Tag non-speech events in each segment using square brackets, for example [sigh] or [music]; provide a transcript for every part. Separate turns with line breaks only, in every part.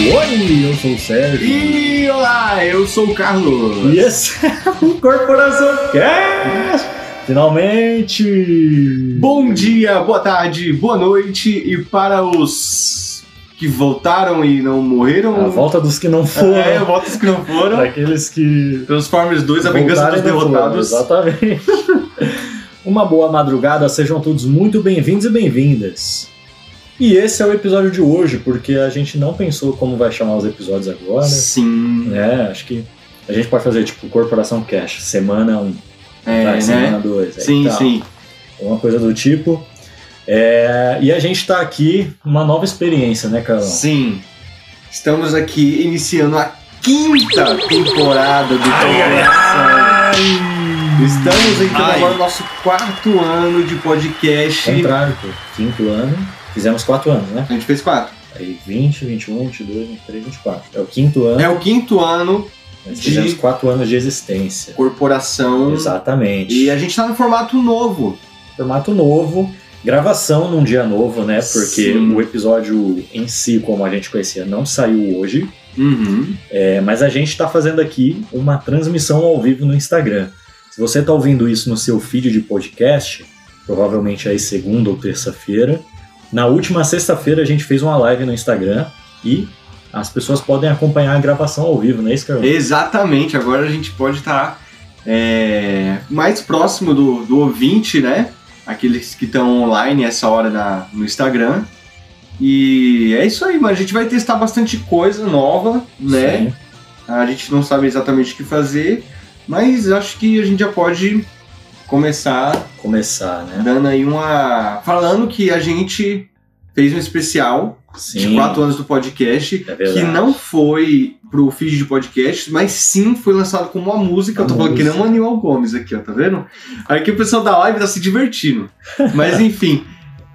E eu sou o Sérgio.
E olá, eu sou o Carlos.
E
[laughs]
esse é o Corporação Cast! Finalmente!
Bom dia, boa tarde, boa noite e para os que voltaram e não morreram.
A Ah, volta dos que não foram.
É, volta os que não foram.
Daqueles que
Transformers 2, a vingança dos
voltaram e não foram.
derrotados.
Exatamente. [laughs] Uma boa madrugada, sejam todos muito bem-vindos e bem-vindas. E esse é o episódio de hoje, porque a gente não pensou como vai chamar os episódios agora.
Sim.
É, acho que a gente pode fazer tipo Corporação Cash, semana 1,
É,
vai, tá semana
né?
2.
Sim, sim.
Uma coisa do tipo. É, e a gente tá aqui, uma nova experiência, né, Carlão?
Sim. Estamos aqui iniciando a quinta temporada do Corporação. Estamos entrando
Ai.
agora no nosso quarto ano de podcast.
Contrário, pô. Quinto ano, fizemos quatro anos, né?
A gente fez quatro.
Aí 20, 21, 22, 23, 24. É o quinto ano,
É o quinto ano
nós
de-
fizemos quatro anos de existência.
corporação.
Exatamente.
Hum. E a gente tá no formato novo.
Formato novo, gravação num dia novo, né? Porque
Sim.
o episódio em si, como a gente conhecia, não saiu hoje.
Uhum.
É, mas a gente está fazendo aqui uma transmissão ao vivo no Instagram. Se você está ouvindo isso no seu feed de podcast, provavelmente aí segunda ou terça-feira, na última sexta-feira a gente fez uma live no Instagram e as pessoas podem acompanhar a gravação ao vivo, não é isso, Carol?
Exatamente. Agora a gente pode estar mais próximo do, do ouvinte, né? Aqueles que estão online essa hora na- no Instagram. E é isso aí, mano. A gente vai testar bastante coisa nova, né?
Sim.
A gente não sabe exatamente o que fazer, mas acho que a gente já pode começar
Começar, né?
dando aí uma. Falando que a gente fez um especial de
Sim.
quatro anos do podcast,
É verdade.
que não foi pro feed de podcast, mas sim foi lançado como uma música. Eu tô
Uma
falando que
música.
não é Aníbal Gomes aqui, ó, tá vendo? Aqui o pessoal da live tá
[laughs]
se divertindo. Mas enfim,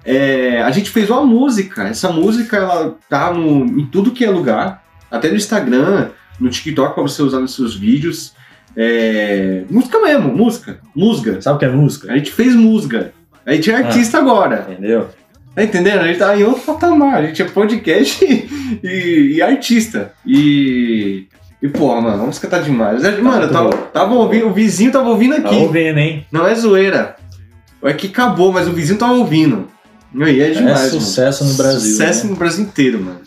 é, a gente fez uma música. Essa música ela tá no, em tudo que é lugar, até no Instagram, no TikTok pra você usar nos seus vídeos. É, música mesmo, música, musga.
Sabe o que é música?
A gente fez musga. A gente
Ah.
é artista agora.
Entendeu?
Tá entendendo? A gente tá em outro patamar. A gente é podcast [laughs] e, e- e artista. E. E, porra, mano, vamos cantar demais. É, Mano, eu tava, tava ouvindo, o vizinho tava ouvindo
Tá
aqui.
ouvindo, hein?
Não é zoeira. É que acabou, mas o vizinho tava ouvindo. E é demais.
é sucesso no Brasil. né?
Sucesso no Brasil inteiro, mano.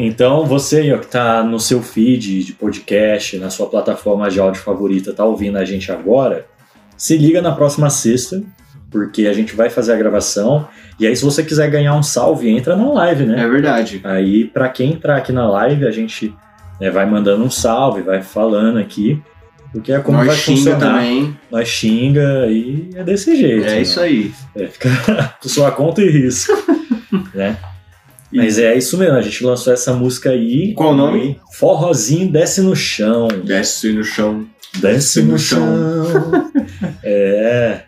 Então, você aí, ó, que tá no seu feed de podcast, na sua plataforma de áudio favorita, tá ouvindo a gente agora, se liga na próxima sexta, porque a gente vai fazer a gravação. E aí, se você quiser ganhar um salve, entra na live, né?
É verdade.
Aí, pra quem entrar aqui na live, a gente né, vai mandando um salve, vai falando aqui, porque é como
Nós
vai
xinga
funcionar.
também.
Nós xinga e é desse jeito.
É
né?
isso aí.
É, fica por sua conta e [laughs] risco, né? Mas é isso mesmo, a gente lançou essa música aí.
Qual o nome?
Forrozinho Desce no Chão.
Desce no chão.
Desce no chão. [laughs] é.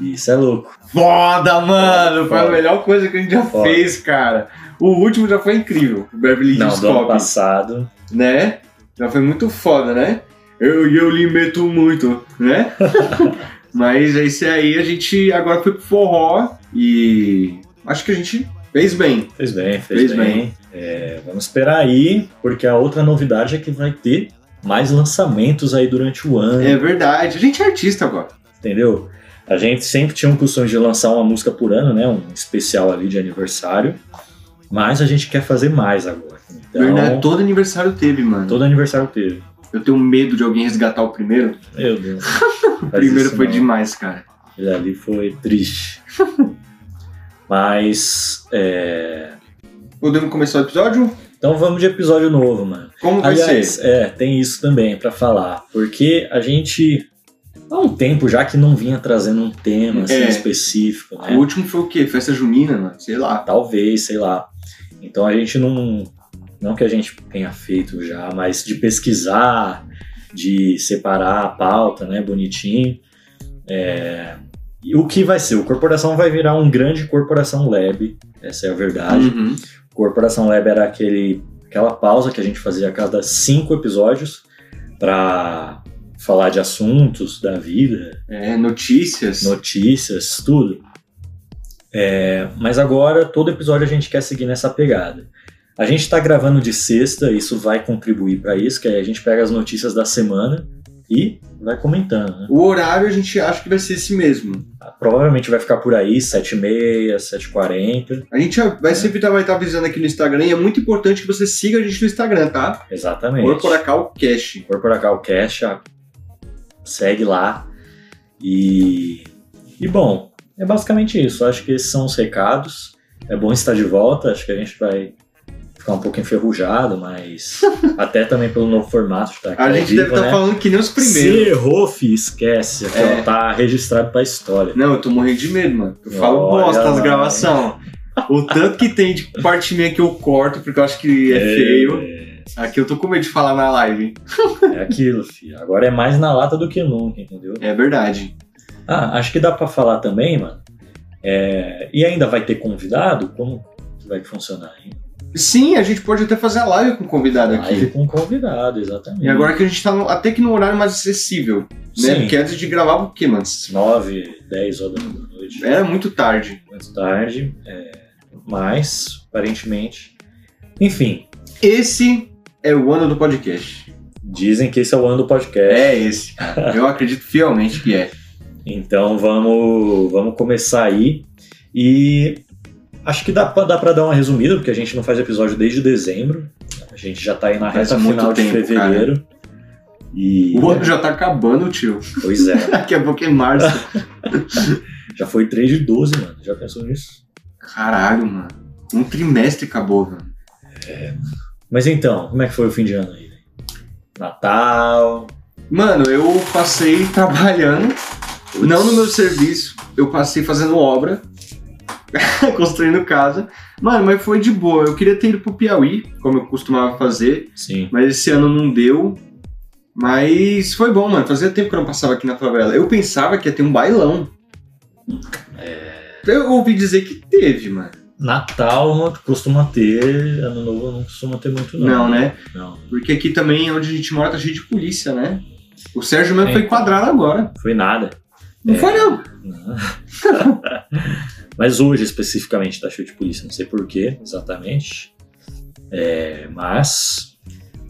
Isso é louco.
Foda, mano! Foi a
Foda.
melhor coisa que a gente já
Foda.
fez, cara. O último já foi incrível. O Beverly
Não,
Hills
do ano
Cop.
passado.
né? Já foi muito foda, né? Eu, eu lhe meto muito, né? Mas esse aí a gente agora foi pro forró e acho que a gente fez bem.
Fez bem, fez,
Fez
bem. É, vamos esperar aí, porque a outra novidade é que vai ter mais lançamentos aí durante o ano.
É verdade. A gente é artista agora.
entendeu? A gente sempre tinha um costume de lançar uma música por ano, né? Um especial ali de aniversário. Mas a gente quer fazer mais agora. Então,
Verdade, todo aniversário teve, mano.
todo aniversário teve.
Eu tenho medo de alguém resgatar o primeiro.
Meu
[laughs]
Deus.
O primeiro foi demais, cara.
demais. Ali foi
[laughs]
triste. Mas. é,
Podemos começar o episódio?
Então vamos de episódio novo, mano.
Como vai
Aliás,
ser?
é, tem isso também pra falar. Porque a gente. Há um tempo já que não vinha trazendo um tema assim,
É.
específico, né?
O último foi o quê? Festa junina, mano? Sei lá.
talvez, sei lá. Então a gente não. Não que a gente tenha feito já, mas de pesquisar, de separar a pauta, né, bonitinho. É, e o que vai ser? O Corporação vai virar um grande Corporação Lab, essa é a verdade.
Uhum.
Corporação Lab era aquele, aquela pausa que a gente fazia a cada cinco episódios para falar de assuntos da vida,
É, notícias.
notícias, tudo. É, mas agora, todo episódio a gente quer seguir nessa pegada. A gente está gravando de sexta, isso vai contribuir para isso, que aí a gente pega as notícias da semana e vai comentando. Né?
O horário a gente acha que vai ser esse mesmo.
Provavelmente vai ficar por aí, 7h30, 7h40.
A gente vai
É.
sempre tá- vai estar avisando aqui no Instagram e é muito importante que você siga a gente no Instagram, tá?
Exatamente.
Corporacal Cash.
Corporacal Cash, a- segue lá. E, e bom, é basicamente isso. Acho que esses são os recados. É bom estar de volta, acho que a gente vai ficar um pouco enferrujado, mas até também pelo novo formato de estar aqui.
A
ao
gente
vivo,
deve estar
né?
falando que nem os primeiros.
Se errou, fi, esquece. Aqui,
É.
ó, Tá registrado pra história.
Não, eu tô morrendo de medo, mano. Eu falo
Olha
bosta nas
lá,
gravações. O tanto que tem de parte minha que eu corto, porque eu acho que é, feio. Aqui eu tô com medo de falar na live.
É aquilo, fi. Agora é mais na lata do que nunca, entendeu?
É verdade.
Ah, acho que dá pra falar também, mano. É, E ainda vai ter convidado? Como que vai funcionar? Hein?
Sim, a gente pode até fazer a live com o convidado aqui.
Live com convidado, exatamente.
E agora que a gente tá no- até que no horário mais acessível,
Sim.
né? Porque antes de gravar, o que, mano?
9, 10 horas da noite.
Era muito tarde.
Mais tarde. é, Mas, aparentemente. Enfim,
Esse é o ano do podcast.
dizem que esse é o ano do podcast.
É esse, cara. Eu acredito fielmente que é.
Então vamos, vamos começar aí. E acho que dá, pra- dá para dar uma resumida, porque a gente não faz episódio desde dezembro. A gente já tá aí na
Faz
reta
muito
final de
tempo,
fevereiro. E.
O ano já tá acabando, tio.
[laughs]
[laughs]
Pois é.
Daqui a pouco é março.
Já foi 3 de 12, mano. Já pensou nisso?
Caralho, mano. Um trimestre acabou, mano.
Mas então, como é que foi o fim de ano aí? Natal.
Mano, eu passei trabalhando,
Putz.
não no meu serviço, eu passei fazendo obra, [laughs] construindo casa. Mano, mas foi de boa. Eu queria ter ido pro Piauí, como eu costumava fazer,
Sim.
mas esse ano não deu. Mas foi bom, mano. Fazia tempo que eu não passava aqui na favela. Eu pensava que ia ter um bailão. É, Eu ouvi dizer que teve, mano.
Natal não costuma ter, ano novo não costuma ter muito, não.
Não, né?
Não.
Porque aqui também, onde a gente mora, tá cheio de polícia, né? O Sérgio mesmo
É,
foi
então.
enquadrado agora.
Foi nada.
Não
É.
foi, não.
Não. [laughs] Mas hoje especificamente tá cheio de polícia, não sei porquê exatamente. É, mas.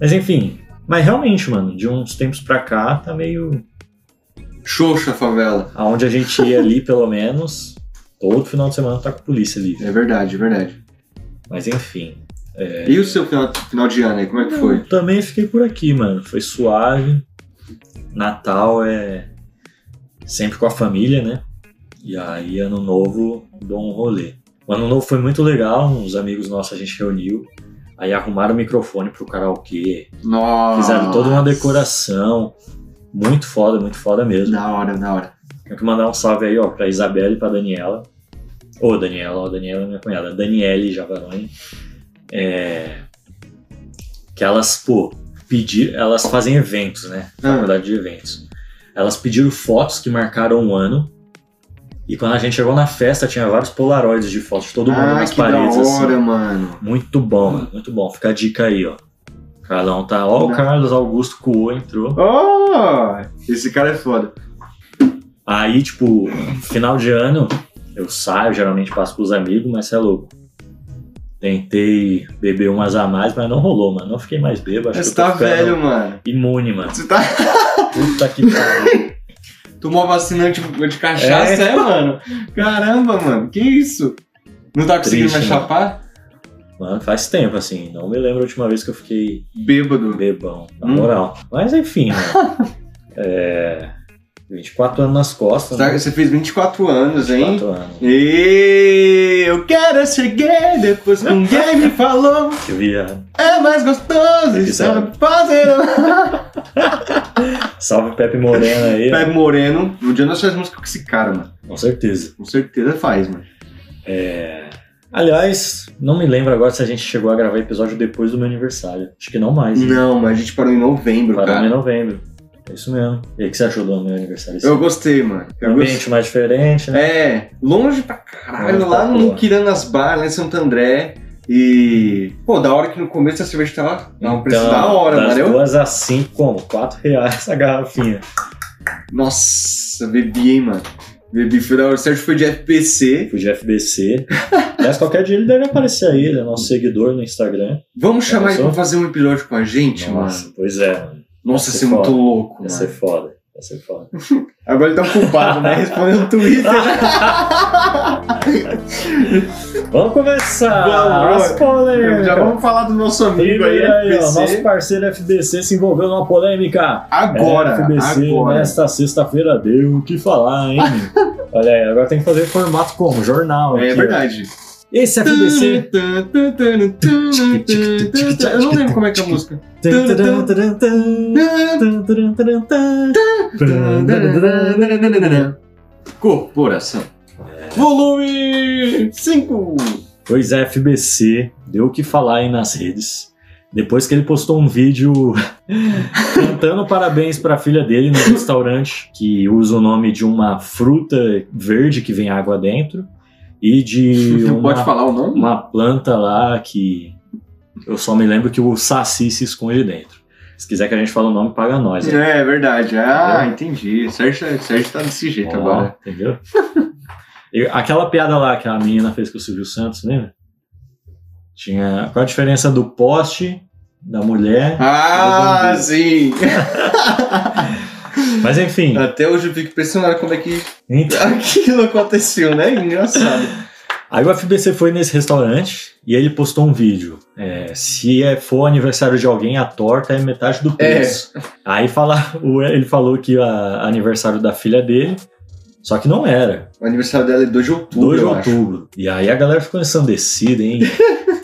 Mas enfim. Mas realmente, mano, de uns tempos pra cá tá meio.
Xoxa a favela.
Aonde a gente ia ali, pelo menos, todo final de semana tá com polícia ali.
É verdade, é verdade.
Mas enfim. É.
E o seu final, final de ano aí, como é que foi?
Eu também fiquei por aqui, mano. Foi suave. Natal é sempre com a família, né? E aí, ano novo, dou um rolê. O ano novo foi muito legal, uns amigos nossos a gente reuniu. Aí arrumaram o microfone pro karaokê.
Nossa.
Fizeram toda uma decoração. Muito foda, muito foda mesmo.
Da hora, da hora.
Tenho que mandar um salve aí, ó, pra Isabela e pra Daniela. Ô, Daniela, ó, Daniela é minha cunhada. Daniele Javaroni. É, Que elas, pô, pedir, elas fazem eventos, né?
Ah,
Faculdade de eventos. Elas pediram fotos que marcaram um ano. E quando a gente chegou na festa, tinha vários polaroides de fotos de todo mundo
ah
nas
que da
paredes. assim.
hora, mano.
Muito bom, mano, muito bom. Fica a dica aí, ó. Carlão tá. Ó, o
Não.
Carlos Augusto Cuô entrou.
Oh, esse cara é foda.
Aí, tipo, final de ano, eu saio, geralmente passo pros amigos, mas você é louco. Tentei beber umas a mais, mas não rolou, mano. Não fiquei mais bêbado. Acho
Você
que eu
tá
tô ficando
velho, mano.
Imune, mano.
Você tá... [laughs]
Puta que pariu.
Tomou vacina anti, de cachaça, é. mano? Caramba, mano. Que isso? Não tá conseguindo
Triste,
mais
né?
chapar?
Mano, faz tempo, assim. Não me lembro a última vez que eu fiquei
Bêbado.
bebão, na
Hum.
moral. Mas enfim, mano.
[laughs]
É. 24 anos nas costas,
Tá-
né?
Você fez 24 anos, hein?
24 anos.
E eu quero ser gay depois que ninguém me falou.
Que via.
É mais gostoso
Ele
estar
sabe.
fazendo.
Salve Pepe Moreno aí. ó.
Pepe Moreno, um dia nós fazemos música com esse cara, mano.
Com certeza.
Com certeza faz, mano.
Aliás, não me lembro agora se a gente chegou a gravar episódio depois do meu aniversário. Acho que não mais. né?
Não, mas a gente parou em novembro,
Parou em
cara.
novembro. É isso mesmo. E aí, o que você achou do meu aniversário?
Eu gostei, mano. Eu
um
gostei.
ambiente mais diferente, né?
É, longe pra caralho,
Longe pra
lá no
porra.
Quiranas Bar, lá em Santo André. E. Pô, da hora que no começo a cerveja tava. Não, um preço
Então,
da hora,
das
mano. Eu-
duas a cinco, como? Quatro reais a garrafinha.
Nossa, bebi, hein, mano. Baby Final, o Sérgio foi de FPC.
Fui de
[laughs]
FBC. Aliás, qualquer dia ele deve aparecer aí, ele é nosso seguidor no Instagram.
Vamos chamar ele
Começou?
pra fazer um episódio com a gente, mano.
Nossa, pois é. mano.
Nossa,
Ia
isso
ser
é muito
foda.
louco,
Ia
mano.
ser foda. Ia ser foda.
Agora ele tá culpado, né? Respondendo
[laughs]
o Twitter.
Vamos começar!
Vamos, vamos.
Spoiler!
Já vamos falar do nosso amigo aí,
Primeiro é aí, ó, nosso
FPC.
parceiro FBC se envolveu numa polêmica. É,
Agora,
FBC,
agora.
nesta sexta-feira, deu o que falar,
[laughs]
hein? Olha aí, agora tem que fazer formato como? Jornal.
É
aqui, ó.
verdade.
Esse é FBC.
Eu não lembro como é que é a música. Corporação. Volume 5.
Pois é, FBC deu o que falar aí nas redes. Depois que ele postou um vídeo [laughs] cantando parabéns pra filha dele no restaurante, que usa o nome de uma fruta verde que vem água dentro e de
Não [laughs] pode
uma,
falar o nome?
uma planta lá que eu só me lembro que o saci se esconde dentro. Se quiser que a gente fale o nome, paga nós. né?
É, é verdade. Ah, entendi. Sérgio, Sérgio tá desse jeito
Ó,
agora.
Entendeu? E aquela piada lá que a menina fez com o Silvio Santos, lembra? Tinha. Qual a diferença do poste, da mulher?
Ah,
Redondo.
sim.
Mas enfim.
Até hoje eu fico impressionado como é que [laughs]
Então,
aquilo aconteceu, né? Engraçado.
aí o FBC foi nesse restaurante e ele postou um vídeo. É, se é- for aniversário de alguém, a torta é metade do preço. Aí fala, o- ele falou que era aniversário da filha dele, só que não era.
O aniversário dela é 2 de outubro.
2 de
eu acho.
outubro. E aí a galera ficou ensandecida,
[laughs]
hein?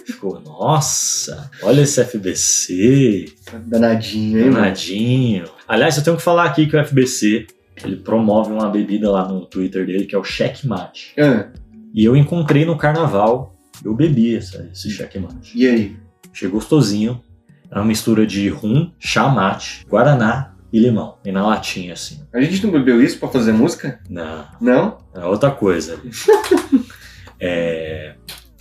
ficou, nossa, olha esse FBC,
Danadinho, hein, mano?
danadinho. Aliás, eu tenho que falar aqui que o FBC, ele promove uma bebida lá no Twitter dele, que é o Checkmate.
Ah,
E eu encontrei no carnaval, eu bebi essa, esse Checkmate.
e aí?
Achei gostosinho. É uma mistura de rum, chamate, guaraná e limão. E na latinha, assim.
A gente não bebeu isso pra fazer música?
Na,
Não?
É outra coisa. ali. É,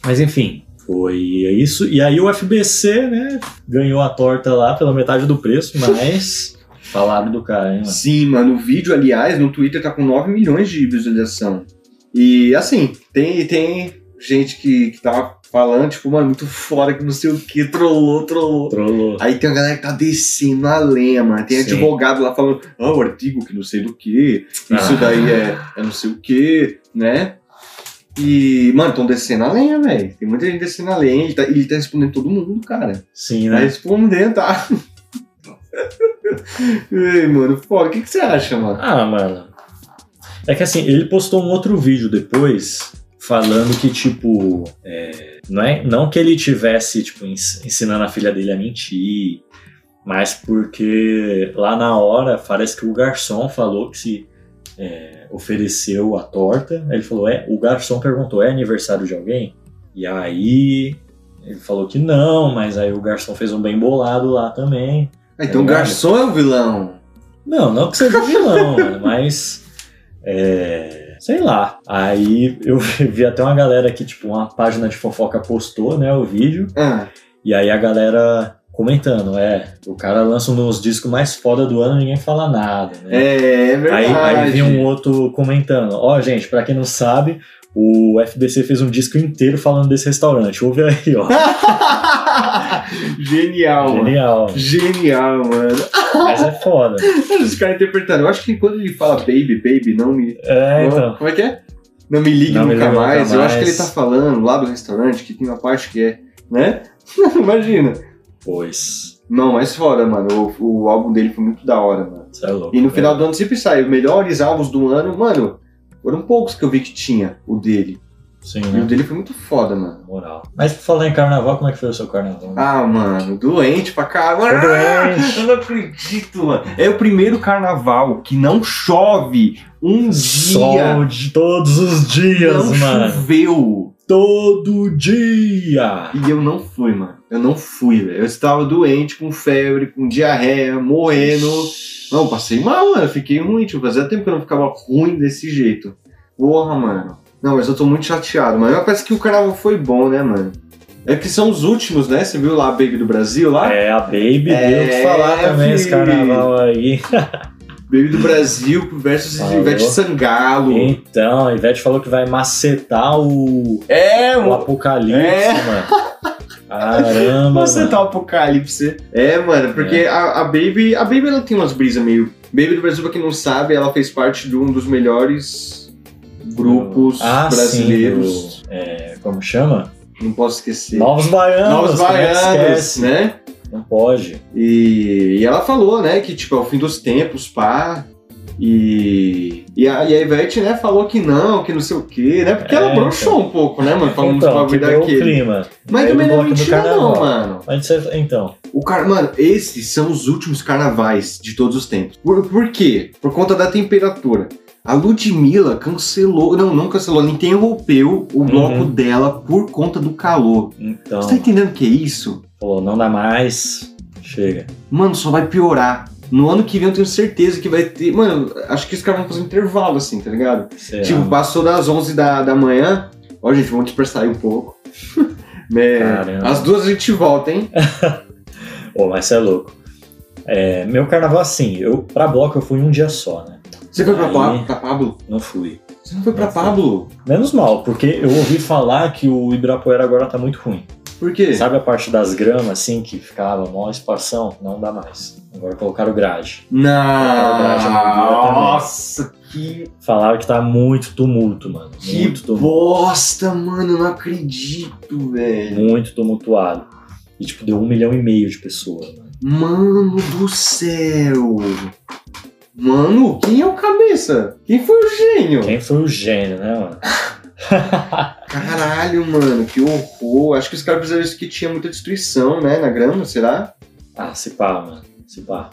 Mas enfim, foi isso. E aí o FBC, né, ganhou a torta lá pela metade do preço, mas falaram do cara, hein, mano?
Sim, mano. O vídeo, aliás, no Twitter tá com 9 milhões de visualização. E assim, tem, tem gente que, que tava falando, tipo, mano, muito fora que não sei o que, trollou, trollou.
Trollou.
Aí tem a galera que tá descendo a lema, tem
Sim.
advogado lá falando, ah, o artigo que não sei do que, isso
Ah.
daí é, é não sei o que, né? E, mano, tão descendo a lenha, velho. Tem muita gente descendo a lenha, ele tá, ele tá respondendo todo mundo, cara.
Sim,
Tá
né?
respondendo, tá? [laughs] Ei, mano, pô, o que, que você acha, mano?
Ah, mano. É que assim, ele postou um outro vídeo depois falando que, tipo, é, não, é, não que ele tivesse, tipo, ens- ensinando a filha dele a mentir, mas porque lá na hora parece que o garçom falou que se é, ofereceu a torta. Aí ele falou, é, o garçom perguntou, é aniversário de alguém? E aí ele falou que não, mas aí o garçom fez um bem bolado lá também.
Ah, então o
verdade.
garçom é o vilão.
Não, não que seja vilão, [laughs] mano, mas. É, sei lá. Aí eu [laughs] vi até uma galera que, tipo, uma página de fofoca postou, né, o vídeo.
Ah,
E aí a galera comentando, é, o cara lança um dos discos mais foda do ano e ninguém fala nada, né?
é, é verdade.
aí, aí vi um outro comentando, ó, gente, pra quem não sabe, o FBC fez um disco inteiro falando desse restaurante. Ouve aí, ó.
Genial, mano.
Genial.
Genial, mano. [laughs]
Mas é foda.
Mano, Os caras interpretando. Eu acho que quando ele fala baby, baby, não me.
É, então.
Como é que é? Não me ligue
Não me
nunca
ligue nunca
mais. Eu acho que
mais.
ele tá falando lá do restaurante que tem uma parte que é, né? [laughs] Imagina.
Pois.
Não, mas foda, mano. O, o álbum dele foi muito da hora, mano.
Isso é louco.
E no final do ano sempre sai. Os melhores álbuns do ano, mano. Foram poucos que eu vi que tinha o dele.
Sim,
E
né?
o dele foi muito foda, mano.
moral. Mas pra falar em carnaval, como é que foi o seu carnaval?
Ah, mano, doente pra caralho.
Tô doente.
[laughs] Eu não acredito, mano. É o primeiro carnaval que não chove um dia.
Sol de todos os dias,
não
mano.
choveu.
Todo dia.
E eu não fui, mano. Eu não fui, velho. Eu estava doente, com febre, com diarreia, morrendo. Não, eu passei mal, mano. Eu fiquei ruim. Tipo, fazia tempo que eu não ficava ruim desse jeito. Porra, mano. Não, mas eu tô muito chateado, mano. Mas parece que o carnaval foi bom, né, mano? É que são os últimos, né? Você viu lá a Baby do Brasil lá?
É, a Baby
É,
deu o que falar também esse
filho.
carnaval aí.
Baby do Brasil versus
Falou.
Ivete Sangalo.
Então, a Ivete falou que vai macetar o,
É,
o
mano.
apocalipse,
É.
mano.
[laughs]
Caramba.
Você
mano.
tá o apocalipse. É, mano, porque A, a Baby. A Baby ela tem umas brisas meio. Baby do Brasil, pra quem não sabe, ela fez parte de um dos melhores grupos
Ah, sim,
brasileiros.
do- é, como chama?
Não posso esquecer.
Novos Baianos.
Novos
como é que
Baianos,
esquece?
né?
Não pode.
E, e ela falou, né, que tipo, é o fim dos tempos, pá. E, e, a, e a Ivete, né, falou que não, que não sei o quê, né? Porque
É,
ela broxou um pouco, né, mano? Falando
então,
uns bagulho
quebrou o
daquele.
clima.
Mas
Veio
também
do
não
bloco
é
do
mentira, não,
carnaval.
mano.
Mas você- então,
O cara, mano, esses são os últimos carnavais de todos os tempos. Por, por quê? Por conta da temperatura. A Ludmilla cancelou, não, não cancelou, ela interrompeu o bloco
Uhum.
dela por conta do calor.
então,
Você tá entendendo o que é isso?
falou, não dá mais. Chega.
Mano, só vai piorar. No ano que vem eu tenho certeza que vai ter. Mano, acho que os caras vão fazer um intervalo assim, tá ligado?
Será?
Tipo, passou das 11 da, da manhã. Ó, gente, vamos dispersar aí um pouco. [laughs] né?
Caramba.
As duas a gente volta, hein?
Pô, mas você é louco. É, meu carnaval, assim, eu, pra bloco eu fui um dia só, né?
Você foi pra,
Aí.
Pa- pra Pablo?
Não fui.
Você não foi pra
Não fui.
Pablo?
Menos mal, porque eu ouvi falar que o Ibirapuera agora tá muito ruim.
Por quê?
Sabe a parte das gramas, assim, que ficava mó exparsão? Não dá mais. Agora colocaram grade.
Não.
é Colocaram
Nossa, que,
Falaram que tá muito tumulto, mano.
que
Muito tumulto.
bosta, mano. Eu não acredito, velho.
Muito tumultuado. E, tipo, deu um milhão e meio de pessoas, mano.
Mano do céu. Mano, quem é o cabeça? Quem foi o gênio?
Quem foi o gênio, né, mano?
Caralho, mano, que horror. Acho que os caras fizeram isso que tinha muita destruição, né? Na grama, será? Tá.
Ah, se pá, mano. Se pá.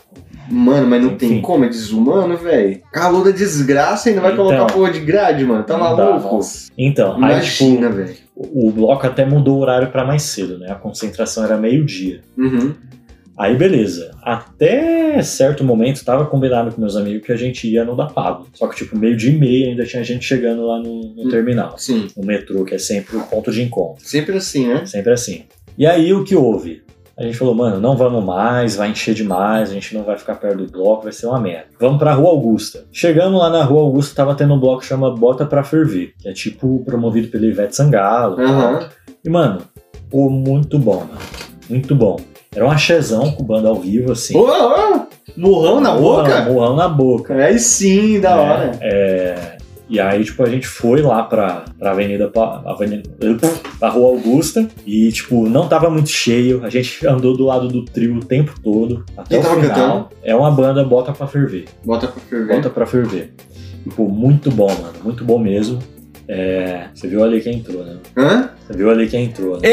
Mano, mas não tem
Enfim.
como, é desumano, velho. Calor da desgraça ainda vai
Então.
colocar porra de grade, mano. Tá
Não dá,
maluco?
nossa. Então, aí, tipo,
Imagina, velho.
o o bloco até mudou o horário pra mais cedo, né? A concentração era meio-dia.
Uhum.
Aí beleza. Até certo momento tava combinado com meus amigos que a gente ia no da Pablo. Só que tipo meio dia e meia ainda tinha gente chegando lá no, no
Hum.
terminal,
Sim.
no metrô, que é sempre o ponto de encontro,
Sempre assim, né?
sempre assim. E aí o que houve? A gente falou, mano, não vamos mais, vai encher demais, a gente não vai ficar perto do bloco, vai ser uma merda. Vamos pra Rua Augusta. Chegamos lá na Rua Augusta, tava tendo um bloco que chama Bota Pra Ferver, que é tipo promovido pelo Ivete Sangalo. e tal.
Aham.
E, mano, pô, muito bom, mano. Muito bom. Era um axezão com banda ao vivo, assim.
Ô, ô! Murrão na
Murrão,
boca?
Murrão na boca.
Aí sim, da
É,
hora.
é. E aí, tipo, a gente foi lá pra, pra Avenida, pa, Avenida pra Rua Augusta e, tipo, não tava muito cheio. A gente andou do lado do trio o tempo todo. Até
Quem
o
tava
final.
cantando?
É uma banda bota pra ferver.
Bota pra ferver.
Bota pra ferver. E, pô, muito bom, mano. Muito bom mesmo. É, você viu ali quem entrou, né?
Hã?
Você viu ali quem entrou, né?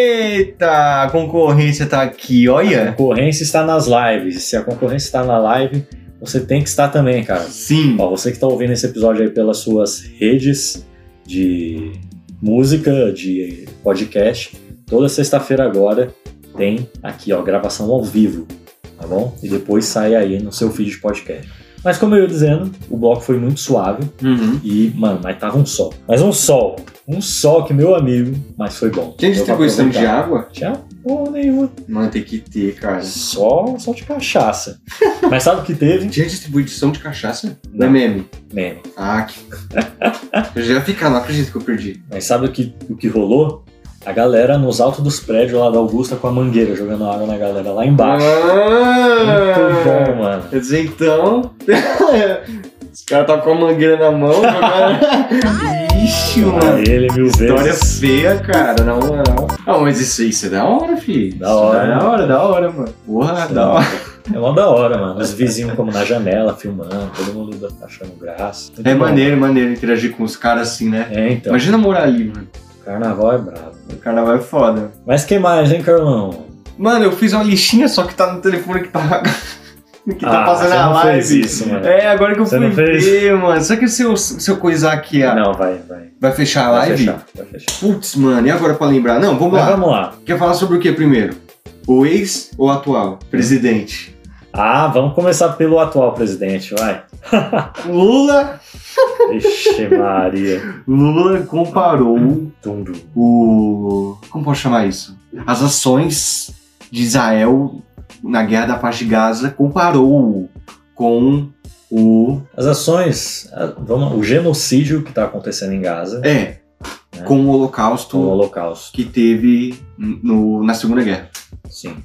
Eita! A concorrência tá aqui,
A concorrência está nas lives. Se a concorrência está na live, você tem que estar também, cara.
Sim.
Ó, você que está ouvindo esse episódio aí pelas suas redes de música, de podcast, toda sexta-feira agora tem aqui, ó, gravação ao vivo, tá bom? E depois sai aí no seu feed de podcast. Mas como eu ia dizendo, o bloco foi muito suave
Uhum.
e, mano, mas tava um sol. Mas um sol, um sol que meu amigo, mas foi bom.
Quem distribui
Deu pra
tanque de
aproveitar.
água?
Tinha porra nenhuma.
Mano, tem que ter, cara.
Só, só de cachaça. [laughs] mas sabe o que teve?
Tinha distribuição de cachaça? Não é
Não.
meme?
Meme.
Ah, [laughs] que... Eu já ia ficar, não acredito que eu perdi.
Mas sabe o que, o que rolou? A galera nos altos dos prédios lá da Augusta com a mangueira jogando água na galera lá embaixo. Muito bom,
Ah,
mano.
Quer dizer, então... [laughs] Os caras tá com a mangueira na mão, jogaram... [laughs] Ixi, mano.
Ele mil
História
vezes.
feia, cara, na moral. Ah, mas isso, isso é da hora, filho.
Da
Isso é
hora.
Da hora, da hora, mano. Porra,
Isso é
da hora.
É mó da hora, mano. Os vizinhos como na janela, filmando, todo mundo achando graça. Muito
É
bom.
maneiro, maneiro interagir com os caras assim, né?
É, então.
Imagina morar ali, mano.
Carnaval é brabo.
O cara vai foda.
Mas que mais, hein, Carlão?
Mano, eu fiz uma listinha, só que tá no telefone que tá. [laughs] que tá
Ah,
fazendo
você
a
não
live.
fez isso, mano.
É, agora que eu
Você
fui
não fez?
ver, mano. Será que se eu, se eu coisar aqui, a...
Não, vai, vai.
vai fechar a
Vai
live?
fechar, vai fechar.
Putz, mano, e agora pra lembrar? Não, vamos
Mas
lá.
vamos lá.
Quer falar sobre o que primeiro? O ex ou o atual? Presidente.
Ah, vamos começar pelo atual presidente, vai.
Lula.
Ixi, Maria.
Lula comparou
Tundo.
o. Como posso chamar isso? As ações de Israel na guerra da parte de Gaza comparou com o.
As ações, a- vamos, o genocídio que está acontecendo em Gaza,
É,
É.
com o Holocausto
o Holocausto.
que teve no- na Segunda Guerra.
Sim.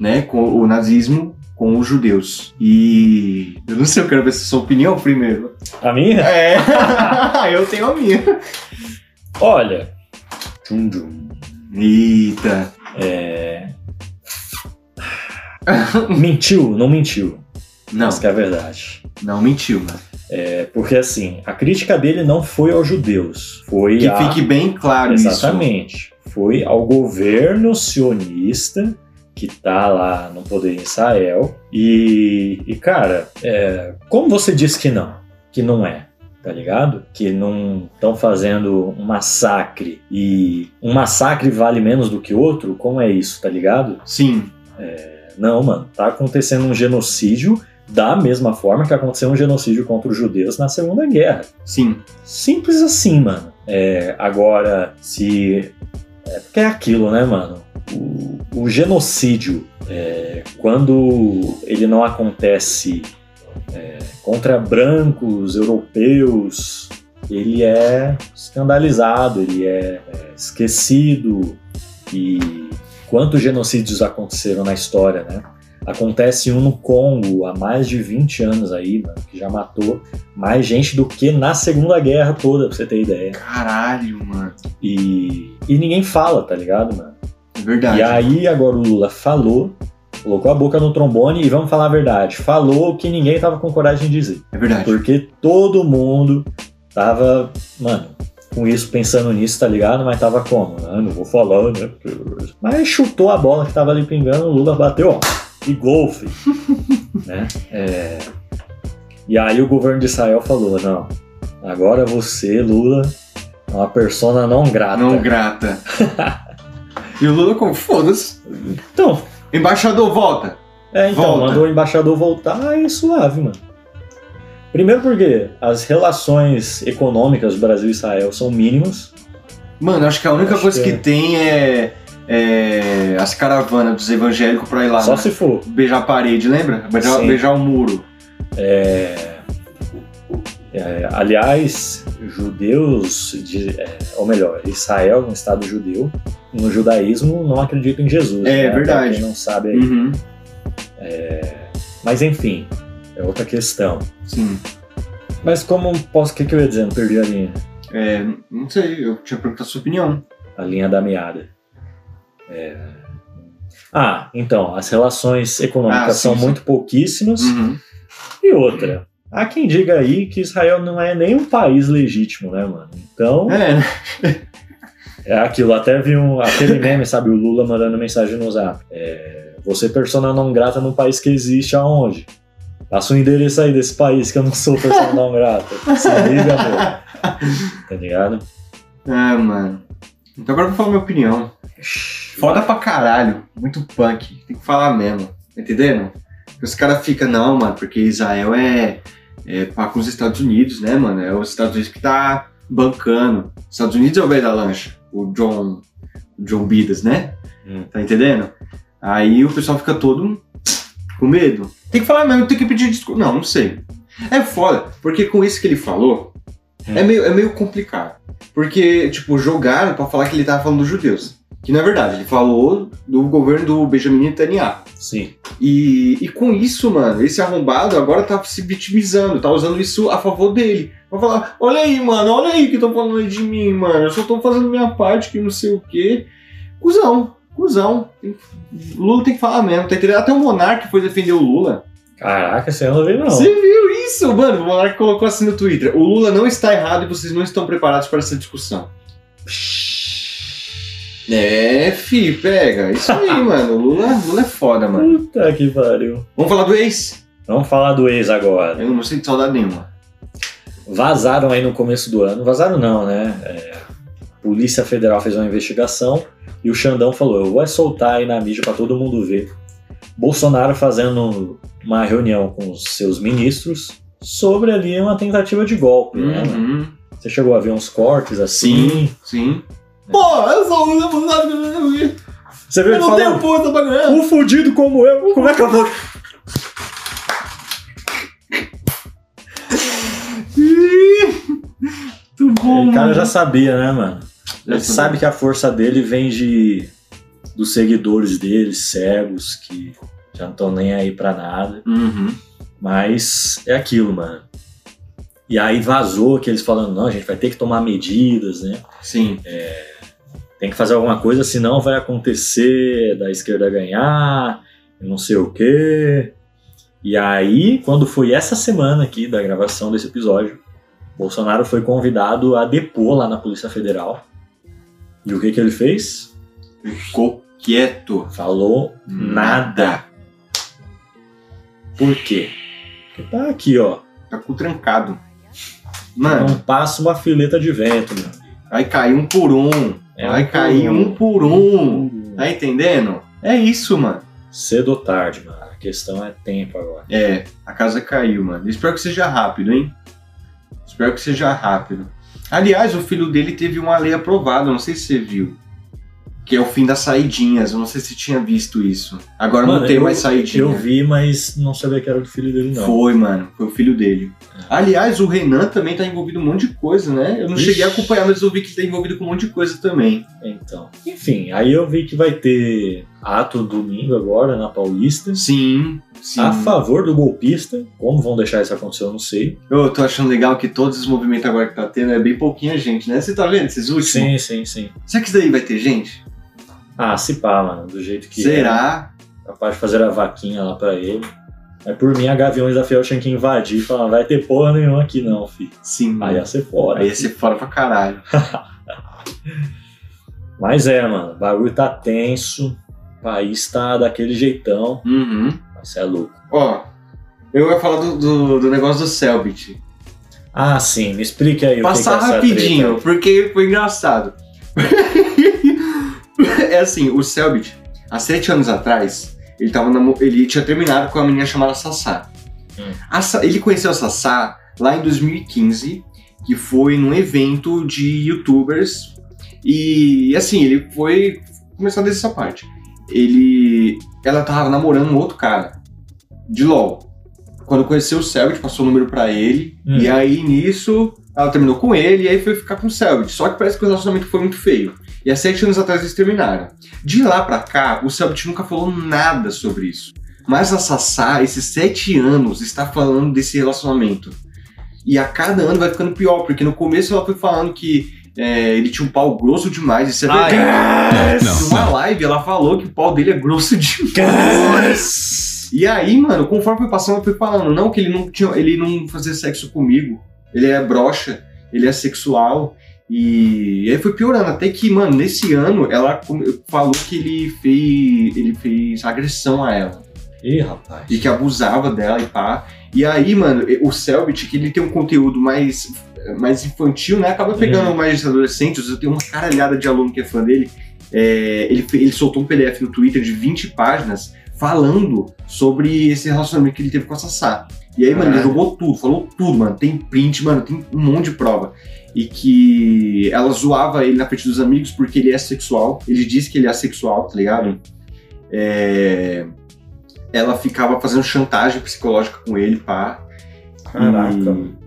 né, com o nazismo com os judeus. E eu não sei, eu quero ver se sua opinião primeiro.
A minha?
É, [laughs] eu tenho a minha.
Olha. Tchum,
[laughs]
tchum.
Eita.
É. mentiu, não mentiu.
Não,
Essa que é a verdade.
não mentiu, né?
É porque assim, a crítica dele não foi aos judeus. Foi
Que
a...
fique bem claro
Exatamente. Foi ao governo sionista que tá lá no poder em Israel. E, e, cara, é, como você diz que não? Que não é, tá ligado? Que não estão fazendo um massacre e um massacre vale menos do que outro? Como é isso, tá ligado?
isso. Sim,
Não, mano, tá acontecendo um genocídio da mesma forma que aconteceu um genocídio contra os judeus na Segunda Guerra.
sim.
Simples assim, mano. É, agora, se. É porque é aquilo, né, mano? O, o genocídio, é, quando ele não acontece é, contra brancos, europeus, ele é escandalizado, ele é, é, esquecido. E quantos genocídios aconteceram na história, né? Acontece um no Congo há mais de 20 anos aí, mano, que já matou mais gente do que na Segunda Guerra toda, pra você ter ideia.
Caralho, mano.
E, e ninguém fala, tá ligado, mano?
É verdade.
E aí agora o Lula falou, colocou a boca no trombone e vamos falar a verdade. Falou o que ninguém tava com coragem de dizer.
É verdade.
[laughs] Porque todo mundo tava, mano, com isso, pensando nisso, tá ligado? Mas tava como? Ah, não vou falar, né? Porque- Mas chutou a bola que tava ali pingando, o Lula bateu, ó. E gol, filho.
[laughs]
né? É, E aí o governo de Israel falou, não, agora você, Lula, é uma persona não grata.
Não
[laughs]
grata. e o Lula como, foda-se.
Então,
Embaixador, volta.
É, então,
Volta.
mandou o embaixador voltar, aí suave, mano. Primeiro porque as relações econômicas Brasil e Israel são mínimas.
Mano, acho que a única
Acho
coisa
que
que,
é.
tem é, é as caravanas dos evangélicos pra ir lá.
só
né?
se for.
Beijar a parede, lembra? Beijar,
Sim.
beijar o muro.
É, aliás, judeus, de, é, ou melhor, Israel é um estado judeu. No judaísmo não acredita em Jesus. né?
É,
Pra
verdade.
Quem não sabe aí.
Uhum,
Mas enfim, é outra questão.
sim.
Mas como posso, o que, que eu ia dizendo? Perdi a linha,
É, não sei, eu tinha perguntado a sua opinião.
a linha da meada. É. Ah, então, as relações econômicas
Ah, sim,
são
sim.
muito pouquíssimas.
Uhum.
E outra, há quem diga aí que Israel não é nem um país legítimo, né, mano? Então,
É, né?
é aquilo. Até vi um, aquele meme, sabe? O Lula mandando mensagem no zap. É, você persona não grata num país que existe aonde? Passa o endereço aí desse país que eu não sou persona não grata. Se liga, meu. Tá ligado?
Ah, mano. Então agora eu vou falar minha opinião. Foda pra caralho. Muito punk. Tem que falar mesmo. Tá Entendendo? Os caras ficam, não, mano, porque Israel é, é pá com os Estados Unidos, né, mano? É os Estados Unidos que tá bancando. Os Estados Unidos é o velho da lancha. O John, o John Bidas, né?
Hum.
Tá entendendo? Aí o pessoal fica todo com medo. Tem que falar mesmo, tem que pedir desculpa. Não, não sei. É foda, porque com isso que ele falou,
Hum.
é, meio, é meio complicado. Porque, tipo, jogaram pra falar que ele tava falando dos judeus. Que não é verdade, ele falou do governo do Benjamin Netanyahu.
Sim.
E, e com isso, mano, esse arrombado agora tá se vitimizando, tá usando isso a favor dele. Vai falar, olha aí, mano, olha aí que estão falando aí de mim, mano. Eu só tô fazendo minha parte, que não sei o quê. Cusão, cuzão. Tem- Lula tem que falar mesmo, tá entendendo? Até o Monark foi defender o Lula.
Caraca, você não viu, não.
Você viu isso, mano? O Monark colocou assim no Twitter. O Lula não está errado e vocês não estão preparados para essa discussão. É, fi, pega. Isso aí, [laughs] mano. O Lula, o Lula é foda, mano.
Puta que pariu.
Vamos falar do ex?
Vamos falar do ex agora.
Eu não sinto saudade nenhuma.
vazaram aí no começo do ano. Vazaram não, né? É, a Polícia Federal fez uma investigação e o Xandão falou: eu vou é soltar aí na mídia para todo mundo ver. Bolsonaro fazendo uma reunião com os seus ministros sobre ali uma tentativa de golpe, né?
Uhum,
Você chegou a ver uns cortes assim?
sim.
É.
Pô, eu sou o Lula, Bolsonaro,
Você viu
eu
ele
não
falando?
tenho
é
puta pra ganhar. [laughs]
Um fudido como eu, como é que eu vou?
como.
O cara já sabia, né, mano?
Já
Ele sabe que a força dele vem de dos seguidores dele, cegos, que já não estão nem aí pra nada.
Uhum.
Mas é aquilo, mano. E aí vazou que eles falando, não, a gente vai ter que tomar medidas, né?
Sim.
Tem que fazer alguma coisa, senão vai acontecer da esquerda ganhar, não sei o quê. E aí, quando foi essa semana aqui da gravação desse episódio, Bolsonaro foi convidado a depor lá na Polícia Federal. E o que que ele fez?
Ficou quieto.
Falou nada. Por quê? Porque tá aqui, ó.
Tá com trancado. Mano,
Não passa uma fileta de vento, meu. amigo.
vai cair um por um.
É
vai
um por
cair
um.
um por um. Tá entendendo? É isso, mano.
Cedo ou tarde, mano. A questão é tempo agora.
É, a casa caiu, mano. Espero que seja rápido, hein? Espero que seja rápido. Aliás, o filho dele teve uma lei aprovada, não sei se você viu. Que é o fim das saidinhas. Eu não sei se tinha visto isso. Agora
Mano,
não tem
eu-
mais saidinha.
Eu vi, mas não sabia que era do filho dele, não.
Foi, mano. Foi o filho dele.
É.
Aliás, o Renan também tá envolvido em um monte de coisa, né? Eu não
Ixi.
cheguei a acompanhar, mas eu vi que ele tá envolvido com um monte de coisa também.
Então. Enfim, aí eu vi que vai ter ato domingo agora na Paulista.
Sim, sim.
A favor do golpista. Como vão deixar isso acontecer, eu não sei.
Eu tô achando legal que todos os movimentos agora que tá tendo é bem pouquinha gente, né? Você tá vendo esses últimos?
Sim, sim, sim.
Será que isso daí vai ter gente?
Ah, se pá, mano. Do jeito que
Será?
é. Capaz de fazer a vaquinha lá pra ele. Mas por mim, a Gaviões da Fiel tinha que invadir e falar: vai ter porra nenhuma aqui, não, fi.
é? Sim.
Aí ia ser foda.
Aí ia ser fora pra caralho.
Mas é, mano, o bagulho tá tenso, o país tá daquele jeitão,
Uhum.
mas cê é louco.
Ó, eu ia falar do, do, do negócio do Selbit.
Ah, sim, me explique aí o
Passar
que que é essa
rapidinho,
treta.
porque foi engraçado. [laughs] é assim, o Selbit, há sete anos atrás, ele, tava namo- ele tinha terminado com uma menina chamada Sassá.
Hum.
A Sa- ele conheceu a Sassá lá em 2015, que foi num evento de youtubers. E assim, ele foi. Começando dessa parte. Ele. Ela tava namorando um outro cara. De LOL. Quando conheceu o Selbit, passou o número pra ele.
Uhum.
Hum,
E aí, nisso, ela terminou com ele e aí foi ficar com o Selbit. Só que parece que o relacionamento foi muito feio. E há sete anos atrás eles terminaram. De lá pra cá, o Selbit nunca falou nada sobre isso. Mas a Sassá, esses sete anos, está falando desse relacionamento. E a cada ano vai ficando pior, porque no começo ela foi falando que é, ele tinha um pau grosso demais. Isso é
Ai.
verdade.
Não,
Numa live ela falou que o pau dele é grosso demais. E aí, mano, conforme foi passando, eu fui falando, não, que ele não tinha. Ele não fazia sexo comigo. Ele é broxa, ele é sexual. E, e aí foi piorando. Até que, mano, nesse ano ela come- falou que ele fez. ele fez agressão a ela.
Ih, rapaz.
E que abusava dela e pá. E aí, mano, o Selbit, que ele tem um conteúdo mais, mais infantil, né? Acaba pegando mais adolescentes. Eu tenho uma caralhada de aluno que é fã dele. É, ele, fe- ele soltou um PDF no Twitter de 20 páginas falando sobre esse relacionamento que ele teve com a Sassá. E aí, mano, ele
Caralho.
jogou tudo, falou tudo, mano. Tem print, mano, tem um monte de prova. E que ela zoava ele na frente dos amigos porque ele é sexual. Ele disse que ele é sexual, tá ligado? É, Ela ficava fazendo chantagem psicológica com ele, pá.
Caraca,
E-
mano.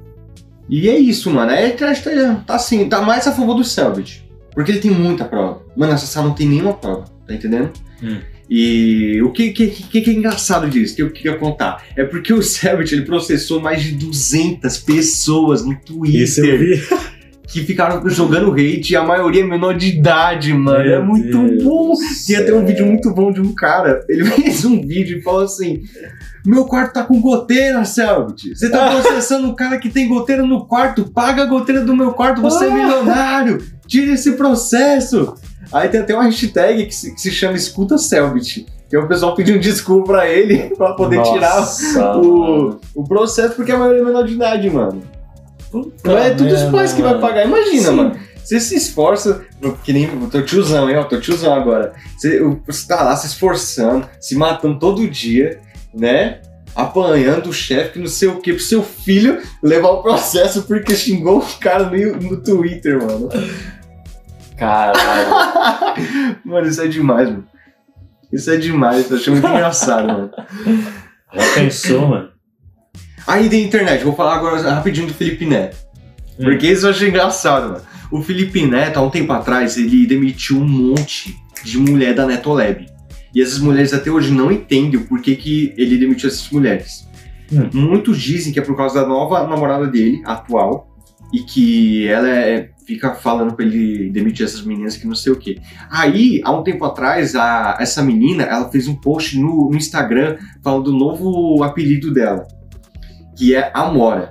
E é isso, mano. É, tá, tá- tá assim, tá mais a favor do Selbit. Porque ele tem muita prova. Mano, essa sala não tem nenhuma prova, tá entendendo?
Hum.
E o que, que, que- que é engraçado disso, que eu queria contar? É porque o Selbit, ele processou mais de 200 pessoas no
Isso eu
Twitter
vi.
que ficaram jogando hate e a maioria é menor de idade, mano. é
Meu
muito
Deus
bom.
do
Tinha até um
céu.
vídeo muito bom de um cara. Ele [laughs] fez um vídeo e falou assim: Meu quarto tá com goteira, Selbit.
[laughs]
Você tá processando um cara que tem goteira no quarto, paga a goteira do meu quarto, você é
Ah.
milionário. Tira esse processo. Aí tem até uma hashtag que se, que se chama Escuta Selbit. Que é o pessoal pedindo desculpa pra ele [laughs] pra poder tirar
Nossa,
o, o processo, porque a maioria é menor de idade, mano.
Puta
Não é tudo os
merda,
pais que vai
Tá mano.
pagar. Imagina,
Sim.
mano. Você se esforça, que nem eu tô tiozão, hein? Eu tô tiozão agora. Você, eu- você tá lá se esforçando, se matando todo dia, né? Apanhando o chefe, que não sei o que, pro seu filho levar o processo porque xingou o cara no, no Twitter, mano.
Caralho.
Mano, isso é demais, mano. Isso é demais, eu achei muito engraçado, mano.
Já pensou, mano?
Aí tem internet, vou falar agora rapidinho do Felipe Neto.
Hum.
Porque isso eu achei engraçado, mano. O Felipe Neto, há um tempo atrás, ele demitiu um monte de mulher da Netolab. E essas mulheres até hoje não entendem o porquê que ele demitiu essas mulheres.
Hum.
Muitos dizem que é por causa da nova namorada dele, atual, e que ela é- fica falando pra ele demitir essas meninas que não sei o quê. Aí, há um tempo atrás, a- essa menina, ela fez um post no, no Instagram falando do novo apelido dela, que é Amora.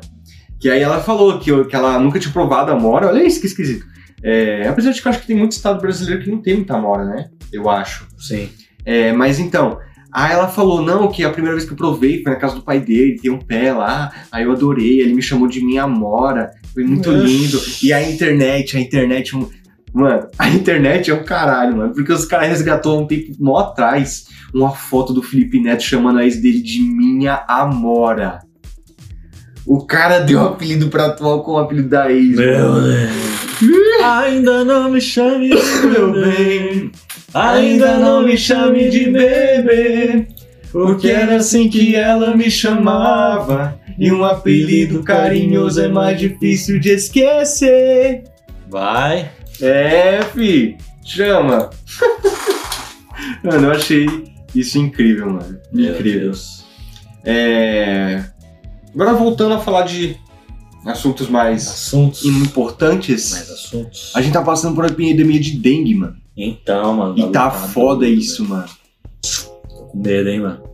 Que aí ela falou que, que ela nunca tinha provado Amora. Olha isso que esquisito. É, apesar de que eu acho que tem muito estado brasileiro que não tem muita Amora, né? Eu acho.
Sim.
É, mas então, aí ela falou, não, que a primeira vez que eu provei foi na casa do pai dele, tem um pé lá, aí eu adorei, ele me chamou de minha amora, foi muito
Oxi.
lindo. E a internet, a internet, um- mano, [laughs] a internet é um caralho, mano, porque os caras resgatou há um tempo mó atrás uma foto do Felipe Neto chamando a ex dele de minha amora. O cara deu apelido pra atual com o apelido da ex. mano.
Ainda não me chame de
Meu bem, ainda não me chame de bebê. Porque era assim que ela me chamava. E um apelido carinhoso é mais difícil de esquecer.
Vai.
É, fi, chama. [laughs] mano, eu achei isso incrível, mano.
Meu
incrível.
Deus.
É... Agora voltando a falar de assuntos mais
Assuntos. Mais
importantes.
assuntos.
A gente tá passando por uma epidemia de dengue, mano.
Então, mano.
E tá
lotado,
foda
velho.
isso, mano.
Tô com medo, hein, mano.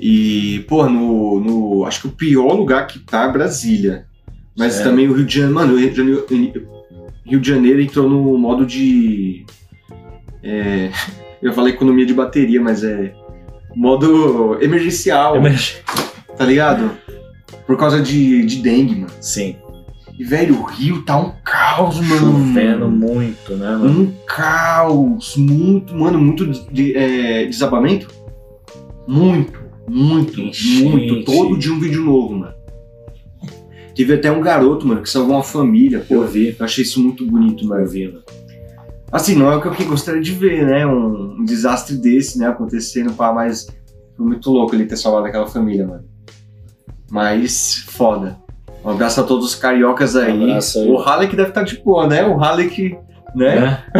E, pô, no, no. Acho que o pior lugar que tá é Brasília. Mas
Sério?
também o Rio de Janeiro. Mano, o Rio de Janeiro, Rio de Janeiro entrou no modo de. é, [laughs] eu falei economia de bateria, mas é. Modo emergencial,
Emerg-
tá ligado? Por causa de, de dengue, mano.
Sim.
E, velho, o Rio tá um caos, mano.
Chovendo muito, né, mano?
Um caos, muito, mano, muito de- é, desabamento. Muito, muito,
Enchente.
muito. Todo dia um vídeo novo, mano. Teve até um garoto, mano, que salvou uma família, pô.
Eu vi.
Eu achei isso muito bonito,
Eu
mano.
vi, mano.
Assim, não é o que eu gostaria de ver, né? Um, um desastre desse, né? Acontecendo, pá, mas foi muito louco ele ter salvado aquela família, mano. Mas, foda. Um abraço a todos os cariocas aí.
Um abraço aí.
O Halleck deve estar de boa, né? O Halleck, né?
Né?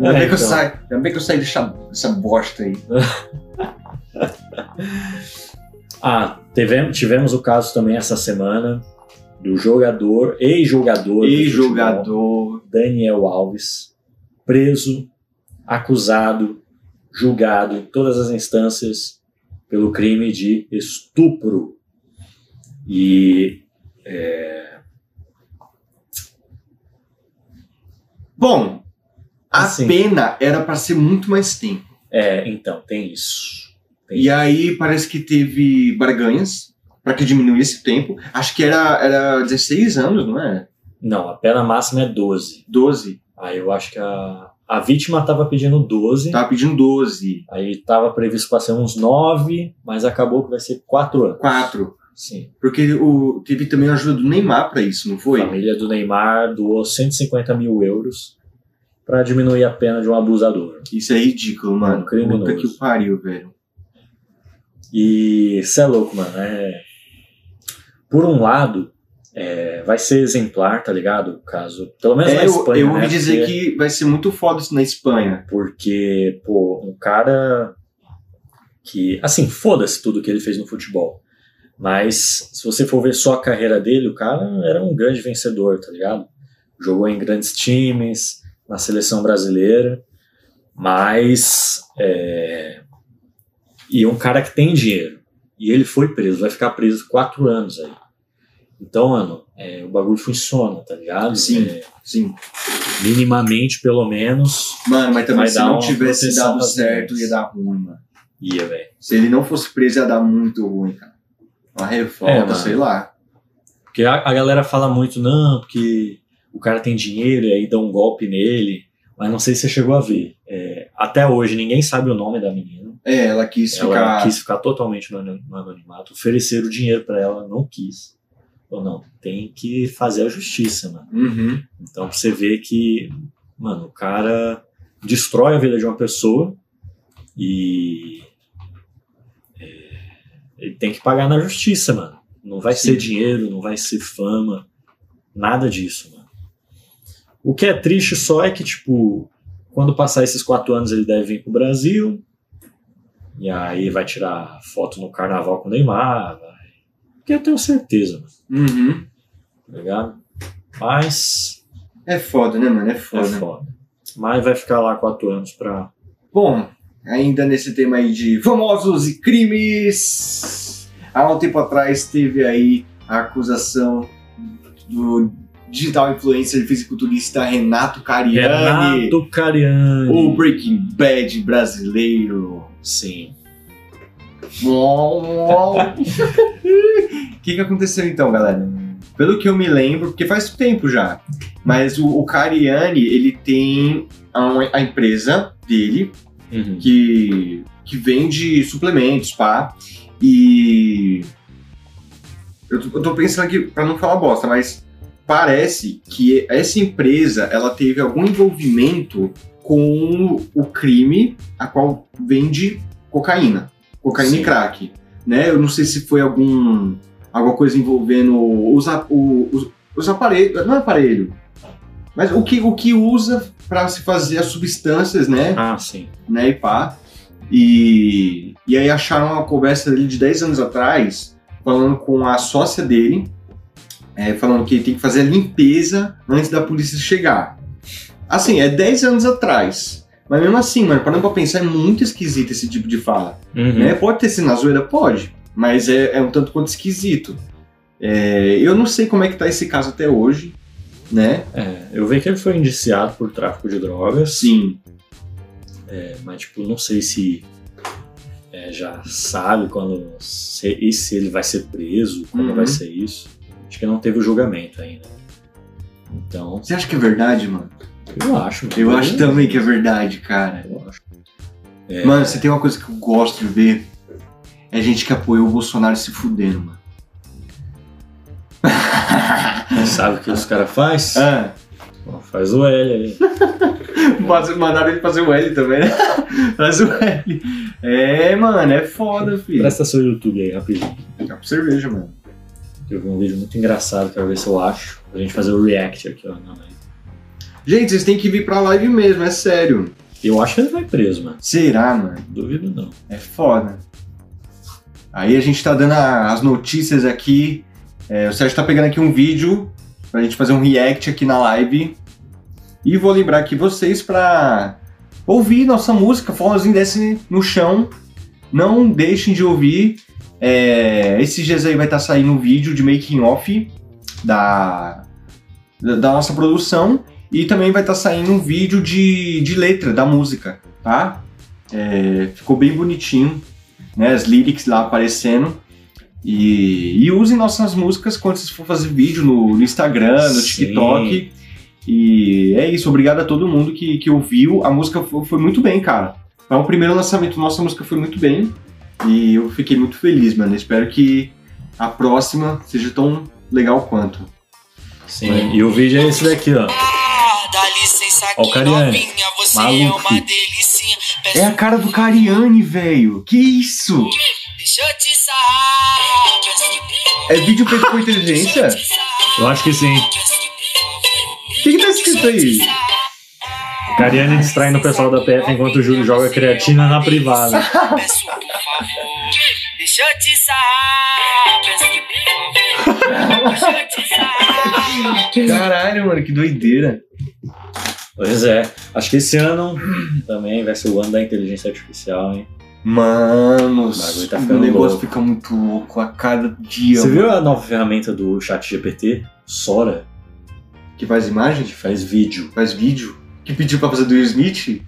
Ainda, bem
É,
que eu
então.
saí, ainda bem que eu saí dessa, dessa bosta aí.
Ah, tivemos, tivemos o caso também essa semana do jogador, ex-jogador. do
E
futebol,
jogador.
Daniel Alves, preso, acusado, julgado em todas as instâncias pelo crime de estupro. E
Bom, a
Assim.
pena era pra ser muito mais tempo.
é, então, tem isso. Tem
E aí parece que teve barganhas pra que diminuísse o tempo. Acho que era, era 16 anos, não é?
Não, a pena máxima é 12.
12.
Aí eu acho que a, a vítima estava pedindo 12,
Tava pedindo 12.
aí estava previsto para ser uns 9, mas acabou que vai ser 4 anos.
4.
Sim.
Porque o, teve também a ajuda do Neymar pra isso, não
A
foi?
família do Neymar doou 150 mil euros para diminuir a pena de um abusador.
Isso é ridículo,
É um
mano.
criminoso.
Puta que pariu, velho.
E isso é louco, mano. É... Por um lado, é, vai ser exemplar, tá ligado? O caso, pelo menos na
É, eu,
Espanha.
eu
né?
ouvi dizer
Porque-
que vai ser muito foda isso na Espanha.
Porque, pô, um cara que, assim, foda-se tudo que ele fez no futebol. Mas, se você for ver só a carreira dele, o cara era um grande vencedor, tá ligado? Jogou em grandes times, na seleção brasileira. Mas, é... E é um cara que tem dinheiro. E ele foi preso, vai ficar preso quatro anos aí. Então, mano, é, o bagulho funciona, tá ligado?
Sim.
É,
Sim.
minimamente, pelo menos,
Mano, mas também
Vai
se
dar
não
uma
tivesse
proteção
dado
pras
certo,
meninas.
ia dar ruim, mano.
ia, velho.
Se ele não fosse preso, ia dar muito ruim, cara. Uma
É,
revolta,
mano.
sei lá.
Porque a, a galera fala muito, não, porque o cara tem dinheiro e aí dá um golpe nele. Mas não sei se você chegou a ver. É, até hoje ninguém sabe o nome da menina.
É, ela quis
Ela
ficar.
quis ficar totalmente no, ano- no anonimato. Ofereceram o dinheiro pra ela, não quis. Ou não, tem que fazer a justiça, mano.
Uhum.
Então você vê que, mano, o cara destrói a vida de uma pessoa e é, ele tem que pagar na justiça, mano. Não vai
Sim.
ser dinheiro, não vai ser fama. Nada disso, mano. O que é triste só é que, tipo, quando passar esses quatro anos ele deve vir pro Brasil. E aí vai tirar foto no carnaval com o Neymar. Vai. Que eu tenho certeza, mano,
Uhum.
tá ligado? Mas
É foda, né, mano? É
é
foda.
foda. Mas vai ficar lá quatro anos pra.
Bom, ainda nesse tema aí de famosos e crimes. Há um tempo atrás teve aí a acusação do digital influencer e fisiculturista Renato Cariani,
Renato Cariani.
o Breaking Bad brasileiro.
Sim.
O que, que aconteceu então, galera? Pelo que eu me lembro, porque faz tempo já, mas o, o Cariani, ele tem a- a empresa dele,
Uhum.
que, que vende suplementos, pá. E. Eu tô, eu tô pensando aqui, pra não falar bosta, mas parece que essa empresa ela teve algum envolvimento com o crime a qual vende cocaína. Cocaína
Sim.
e crack. Né? Eu não sei se foi algum. alguma coisa envolvendo os, a- o- os, os aparelhos. Não é aparelho. Mas o que, o que usa pra se fazer as substâncias, né?
Ah, sim.
né, e pá. E, e aí acharam uma conversa dele de 10 anos atrás, falando com a sócia dele, é, falando que tem que fazer a limpeza antes da polícia chegar. Assim, é 10 anos atrás. Mas mesmo assim, mano, parando pra pensar, é muito esquisito esse tipo de fala.
Uhum.
Né? Pode ter sido na zoeira? Pode. Mas é, é um tanto quanto esquisito. É, eu não sei como é que tá esse caso até hoje, né?
É, eu vi que ele foi indiciado por tráfico de drogas.
Sim.
É, mas, tipo, não sei se é, já sabe quando. Se, e se ele vai ser preso, quando
Uhum.
vai ser isso. Acho que não teve o julgamento ainda. Então,
Você acha que é verdade, mano?
eu acho. mano.
Eu acho também que é verdade, cara.
Eu acho.
Mano, se tem uma coisa que eu gosto de ver, é gente que apoiou o Bolsonaro se fudendo, mano.
Sabe o que os caras fazem?
ah, [laughs]
Faz o L ali.
mas mandaram ele fazer o L também, né? [laughs] Faz o L. É, mano, é foda, filho.
Presta seu YouTube aí, rapidinho.
Dá pra cerveja, mano.
Eu vi um vídeo muito engraçado, quero ver se eu acho. Pra gente fazer o react aqui, ó. Não, não.
Gente, vocês têm que vir pra live mesmo, é sério.
Eu acho que ele vai preso, mano.
Será, mano?
Duvido não.
É foda. Aí a gente tá dando a- as notícias aqui. É, o Sérgio tá pegando aqui um vídeo pra gente fazer um react aqui na live. E vou lembrar aqui vocês pra ouvir nossa música, Forrozinho Desce no Chão. Não deixem de ouvir. É, esses dias aí vai estar saindo um vídeo de making off da, da, da nossa produção. E também vai estar saindo um vídeo de, de letra da música, tá? É, ficou bem bonitinho, né? As lyrics lá aparecendo. E, e usem nossas músicas quando vocês for fazer vídeo no, no Instagram, no
Sim.
TikTok. E é isso, obrigado a todo mundo que, que ouviu. A música foi, foi muito bem, cara. Então, o primeiro lançamento nossa a música foi muito bem. E eu fiquei muito feliz, mano. Espero que a próxima seja tão legal quanto.
Sim. E o vídeo é esse daqui, ó.
Ah, Dá licença
Ó o
aqui,
Cariani.
novinha, você
Maluco,
é uma
filho.
delícia. Peço-
É a cara do Cariani, velho. Que isso?
Deixa eu te sarrar. Peço
É vídeo feito com inteligência?
Eu acho que sim.
O que, que tá escrito aí?
Cariani distraindo o pessoal da PF enquanto o Júlio joga creatina na privada.
que- é Peço por favor. Deixa eu te sarrar. Peço por favor. Deixa eu te sarrar.
Caralho, mano, que doideira.
Pois é. Acho que esse ano também vai ser o ano da inteligência artificial, hein?
Mano,
O bagulho tá
o
ficando
negócio
louco.
fica muito louco a cada dia.
Você
mano.
viu a nova ferramenta do chat GPT? Sora,
Que faz imagem?
que faz vídeo.
Faz vídeo? Que pediu pra fazer do Will Smith?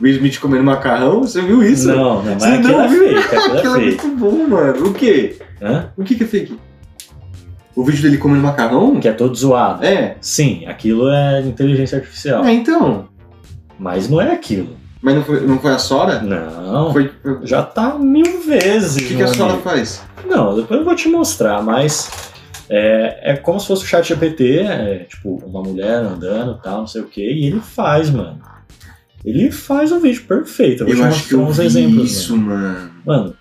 Will Smith comendo macarrão? Você viu isso?
Não, não, mas
Você
aquilo
não
é
viu?
fake, aquilo
[laughs] Aquilo
é
é
fake.
muito bom, mano. O quê?
Hã?
O que, que é fake? O vídeo dele comendo macarrão?
Que é todo zoado.
É.
Sim, aquilo é inteligência artificial.
É, então.
Mas não é aquilo.
Mas não foi, não foi a Sora?
Não,
Foi. foi- O
já tá mil vezes.
que, que
meu
a Sora
amigo.
faz?
Não, depois eu vou te mostrar, mas é, é como se fosse o chat GPT, é, tipo, uma mulher andando e tal, não sei o que, e ele faz, mano. Ele faz um vídeo perfeito. Eu vou
Eu
te
acho que
mostrar
eu
uns
vi
exemplos. né?
isso, mano.
Mano,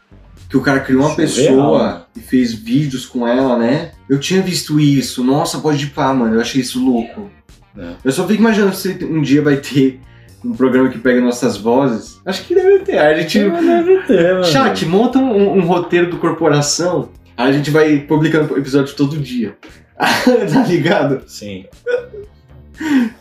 Que o cara criou uma
Isso é
pessoa
real, mano.
e fez vídeos com ela, né? eu tinha visto isso, nossa, pode ir pá, mano, eu achei isso louco.
É.
Eu só fico imaginando se um dia vai ter um programa que pega nossas vozes. Acho que deve ter. A gente.
Não deve ter, mano.
Chat, monta um, um roteiro do corporação. Aí a gente vai publicando episódio todo dia. [laughs] tá ligado?
Sim,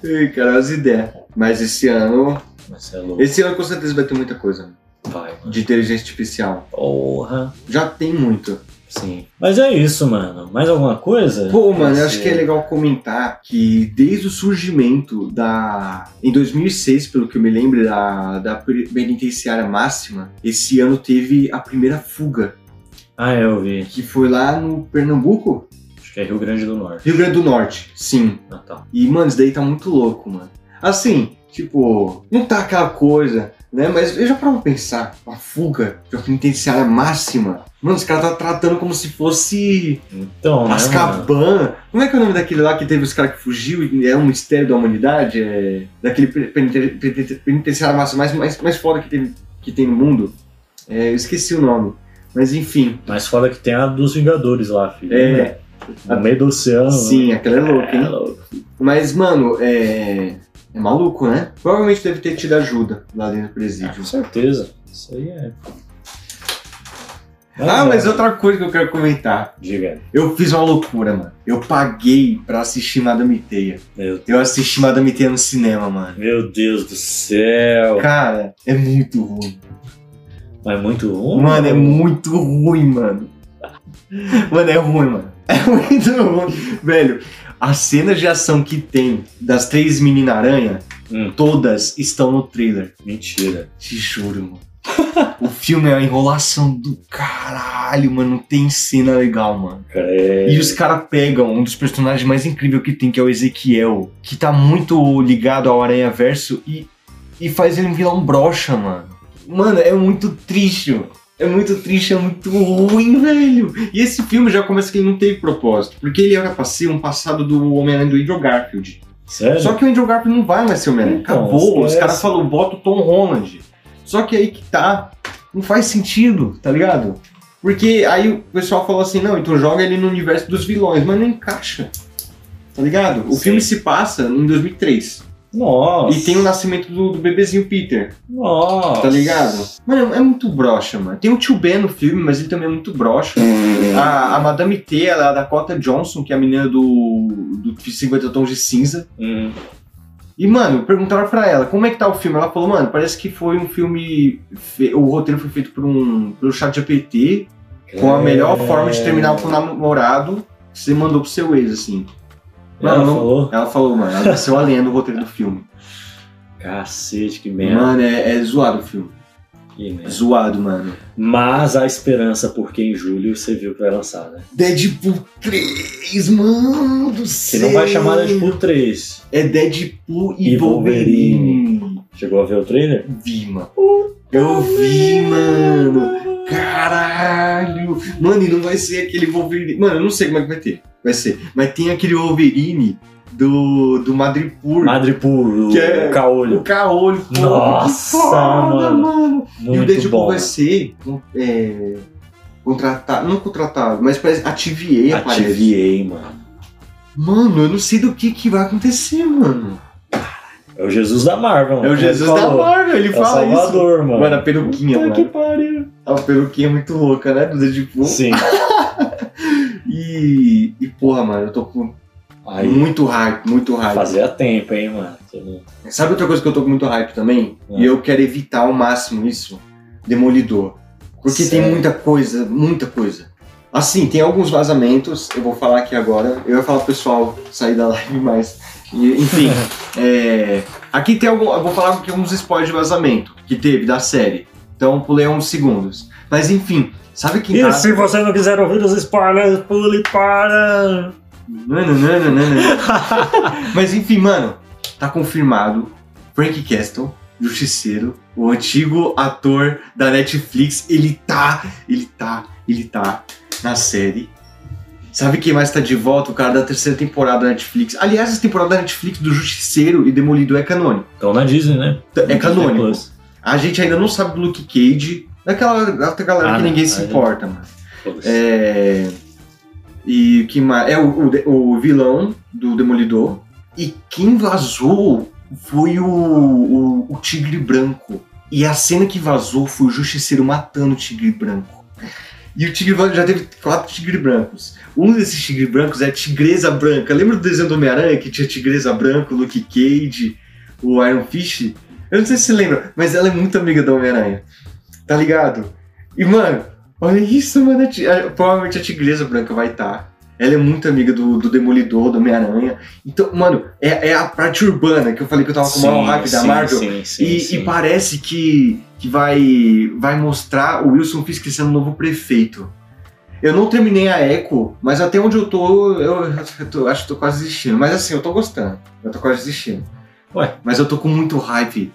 Ih, cara, as ideias. Mas esse ano.
mas você é louco.
Esse ano com certeza vai ter muita coisa
Vai, mano.
de inteligência artificial.
Porra.
Já tem muito.
Sim. Mas é isso, mano. Mais alguma coisa?
Pô, mano, eu
Você-
acho que é legal comentar que desde o surgimento da. Em 2006, pelo que eu me lembro, da, da penitenciária máxima, esse ano teve a primeira fuga,
Ah, eu vi.
que foi lá no Pernambuco?
Acho que é Rio Grande do Norte. Ah,
Rio Grande do Norte, sim.
Natal.
E, mano, isso daí tá muito louco, mano. Assim, tipo, não tá aquela coisa, né? Mas eu já pra pensar, a fuga de uma penitenciária máxima. Mano, os caras tá tratando como se fosse
Então, né, mano?
Azkaban. Como é que é o nome daquele lá que teve os caras que fugiu e é um mistério da humanidade? É... Daquele pe- penite- penite- penitenciária máxima mais, mais, mais foda que, teve, que tem no mundo. É, eu esqueci o nome. Mas enfim,
Mas foda que tem a dos Vingadores lá, filho. Né?
É.
No meio do oceano. né?
sim, aquela é louca, hein?
É louco.
Mas, mano, é. É maluco, né? Provavelmente deve ter tido ajuda lá dentro do presídio.
Com certeza. Isso aí é.
Ah, mas
é.
outra coisa que eu quero comentar.
Diga.
Eu fiz uma loucura, mano. Eu paguei pra assistir Madame Teia.
Meu,
Eu assisti Madame Teia no cinema, mano.
meu Deus do céu.
Cara, é muito ruim.
Mas é muito ruim.
Mano, é muito ruim, mano. Mano, é ruim, mano. [laughs] É muito ruim. Velho, as cenas de ação que tem das três meninas-aranha,
Hum.
todas estão no trailer.
Mentira.
Te juro, mano. o filme é uma enrolação do caralho, mano. Não tem cena legal, mano.
Cara, é.
E os caras pegam um dos personagens mais incríveis que tem, que é o Ezequiel, que tá muito ligado ao Aranha Verso e, e faz ele um vilão broxa, mano. Mano, é muito triste. mano. É muito triste, é muito ruim, velho. E esse filme já começa que ele não teve propósito, porque ele era pra ser um passado do Homem-Aranha do Andrew Garfield.
Sério?
Só que o Andrew Garfield não vai mais ser o Homem-Aranha.
É. Então,
Acabou. Os
esquece.
caras falam, bota o Tom Holland. Só que aí que tá. Não faz sentido, tá ligado? Porque aí o pessoal falou assim, não, então joga ele no universo dos vilões, mas não encaixa. Tá ligado? O
Sim.
filme se passa em 2003.
Nossa.
E tem o nascimento do, do bebezinho Peter,
Nossa.
tá ligado? Mano, é muito broxa, mano. Tem o tio Ben no filme, mas ele também é muito broxa.
Uhum.
A, a Madame T, ela é a Dakota Johnson, que é a menina do, do 50 Tons de Cinza.
Hum,
E, mano, perguntaram pra ela como é que tá o filme. Ela falou, mano, parece que foi um filme. fe- O roteiro foi feito por um. pelo chat GPT, com a melhor
é.
forma de terminar com o namorado que você mandou pro seu ex, assim.
Ela
Mano, não-
falou.
Ela falou, mano, ela desceu a lenha do roteiro
[laughs]
do filme.
Cacete, que merda.
Mano, é, é zoado o filme. é
Que merda.
Zoado, mano.
Mas há esperança, porque em julho você viu que vai lançar, né?
Deadpool 3, mano do
Que
céu.
não vai chamar Deadpool 3.
É Deadpool e,
E Wolverine.
Wolverine.
Chegou a ver o trailer?
Vi, mano. Eu vi, mano. Caralho! Mano, e não vai ser aquele Wolverine. Mano, eu não sei como é que vai ter. Vai ser. Mas tem aquele Wolverine do, do Madripoor.
Madripool,
Que é-
o caolho.
o caolho, pô.
Nossa,
que foda,
mano.
E o
Muito
Deadpool
bom.
vai ser é, contratado. Não contratado, mas parece Ativei aparece.
Ativei, mano.
Mano, eu não sei do que, que vai acontecer, mano.
É o Jesus da Marvel.
É
como
o
ele
Jesus da
falou.
Marvel, ele
É o
fala isso.
Salvador, mano.
Mano, a peruquinha,
Puta que
mano.
pariu.
A peruquinha é muito louca, né? Do Deadpool.
Sim.
E, e, porra, mano, eu tô com
Aí,
muito hype, muito hype.
fazia tempo, hein, mano. Você não-
Sabe outra coisa que eu tô com muito hype também?
Ah.
E eu quero evitar ao máximo isso? Demolidor. Porque
Sério?
tem muita coisa, muita coisa. Assim, tem alguns vazamentos, eu vou falar aqui agora. Eu ia falar pro pessoal sair da [laughs] live, mas. e- enfim, é, aqui tem algum. Eu vou falar aqui alguns spoilers de vazamento que teve da série. Então pulei uns segundos. Mas enfim, sabe quem tá.
E se você não quiser ouvir os spoilers, pule para...
Nananana. Mas enfim, mano, tá confirmado. Frank Castle, Justiceiro, o antigo ator da Netflix, ele tá, ele tá, ele tá na série. Sabe quem mais tá de volta? O cara da terceira temporada da Netflix. Aliás, essa temporada da Netflix do Justiceiro e Demolidor é canônico.
[laughs] Então na Disney, né?
É
Disney
canônico.
Plus.
A gente ainda não sabe do Luke Cage, daquela, daquela galera
Ah,
que
não.
ninguém se
Ah,
importa, mano.
Foda-se.
É, E quem mais? É o, o de- o vilão do Demolidor. E quem vazou foi o, o, o Tigre Branco. E a cena que vazou foi o Justiceiro matando o Tigre Branco. E o Tigre Branco já teve quatro Tigre Brancos. Um desses Tigre Brancos é a Tigresa Branca. Lembra do desenho do Homem-Aranha que tinha Tigresa Branca, o Luke Cage, o Iron Fist? Eu não sei se você lembra, mas ela é muito amiga do Homem-Aranha. Tá ligado? E, mano, olha isso, mano. a ti- a- provavelmente a Tigresa Branca vai estar. Ela é muito amiga do, do Demolidor, do Homem-Aranha. Então, mano, é, é a parte urbana que eu falei que eu tava com o maior hype da Marvel.
Sim, sim,
e,
sim.
e parece que, que vai, vai mostrar o Wilson Fisk sendo o novo prefeito. Eu não terminei a Echo, mas até onde eu tô, eu, eu tô- acho que tô quase desistindo. Mas assim, eu tô gostando. Eu tô quase desistindo.
Ué.
Mas eu tô com muito hype.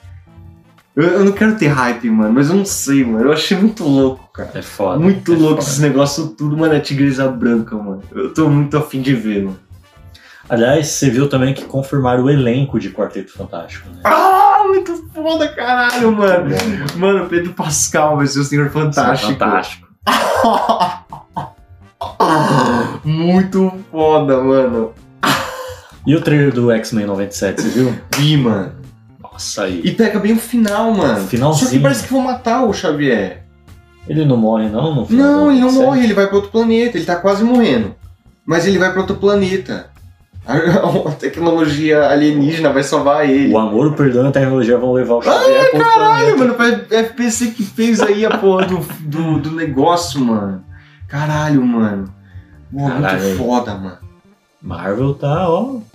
Eu, eu não quero ter hype, mano, mas eu não sei, mano. Eu achei muito louco, cara.
É foda.
Muito
é
louco
foda.
esse negócio tudo, mano. É tigresa branca, mano. Eu tô muito afim de ver, mano.
Aliás, você viu também que confirmaram o elenco de Quarteto Fantástico, né?
Ah, muito foda, caralho, mano.
Muito bom, mano.
Mano, Pedro Pascal vai ser o Senhor Fantástico.
Fantástico.
muito foda, mano.
E o trailer do X-Men 97, você viu?
Vi, mano.
Nossa, aí.
E pega bem o final, mano.
Finalzinho.
Só que parece que vão matar o Xavier.
Ele não morre, não? No final do
Não, ele não
97?
morre, ele vai pra outro planeta. Ele tá quase morrendo. Mas ele vai pra outro planeta. [laughs] A a tecnologia alienígena vai salvar ele.
O amor, o perdão e a tecnologia vão levar o Xavier pro outro
Caralho,
planeta.
mano, foi a FPC que fez aí a porra do, do, do negócio, mano. Caralho, mano. Pô,
Caralho.
muito foda, mano.
Marvel tá, ó, é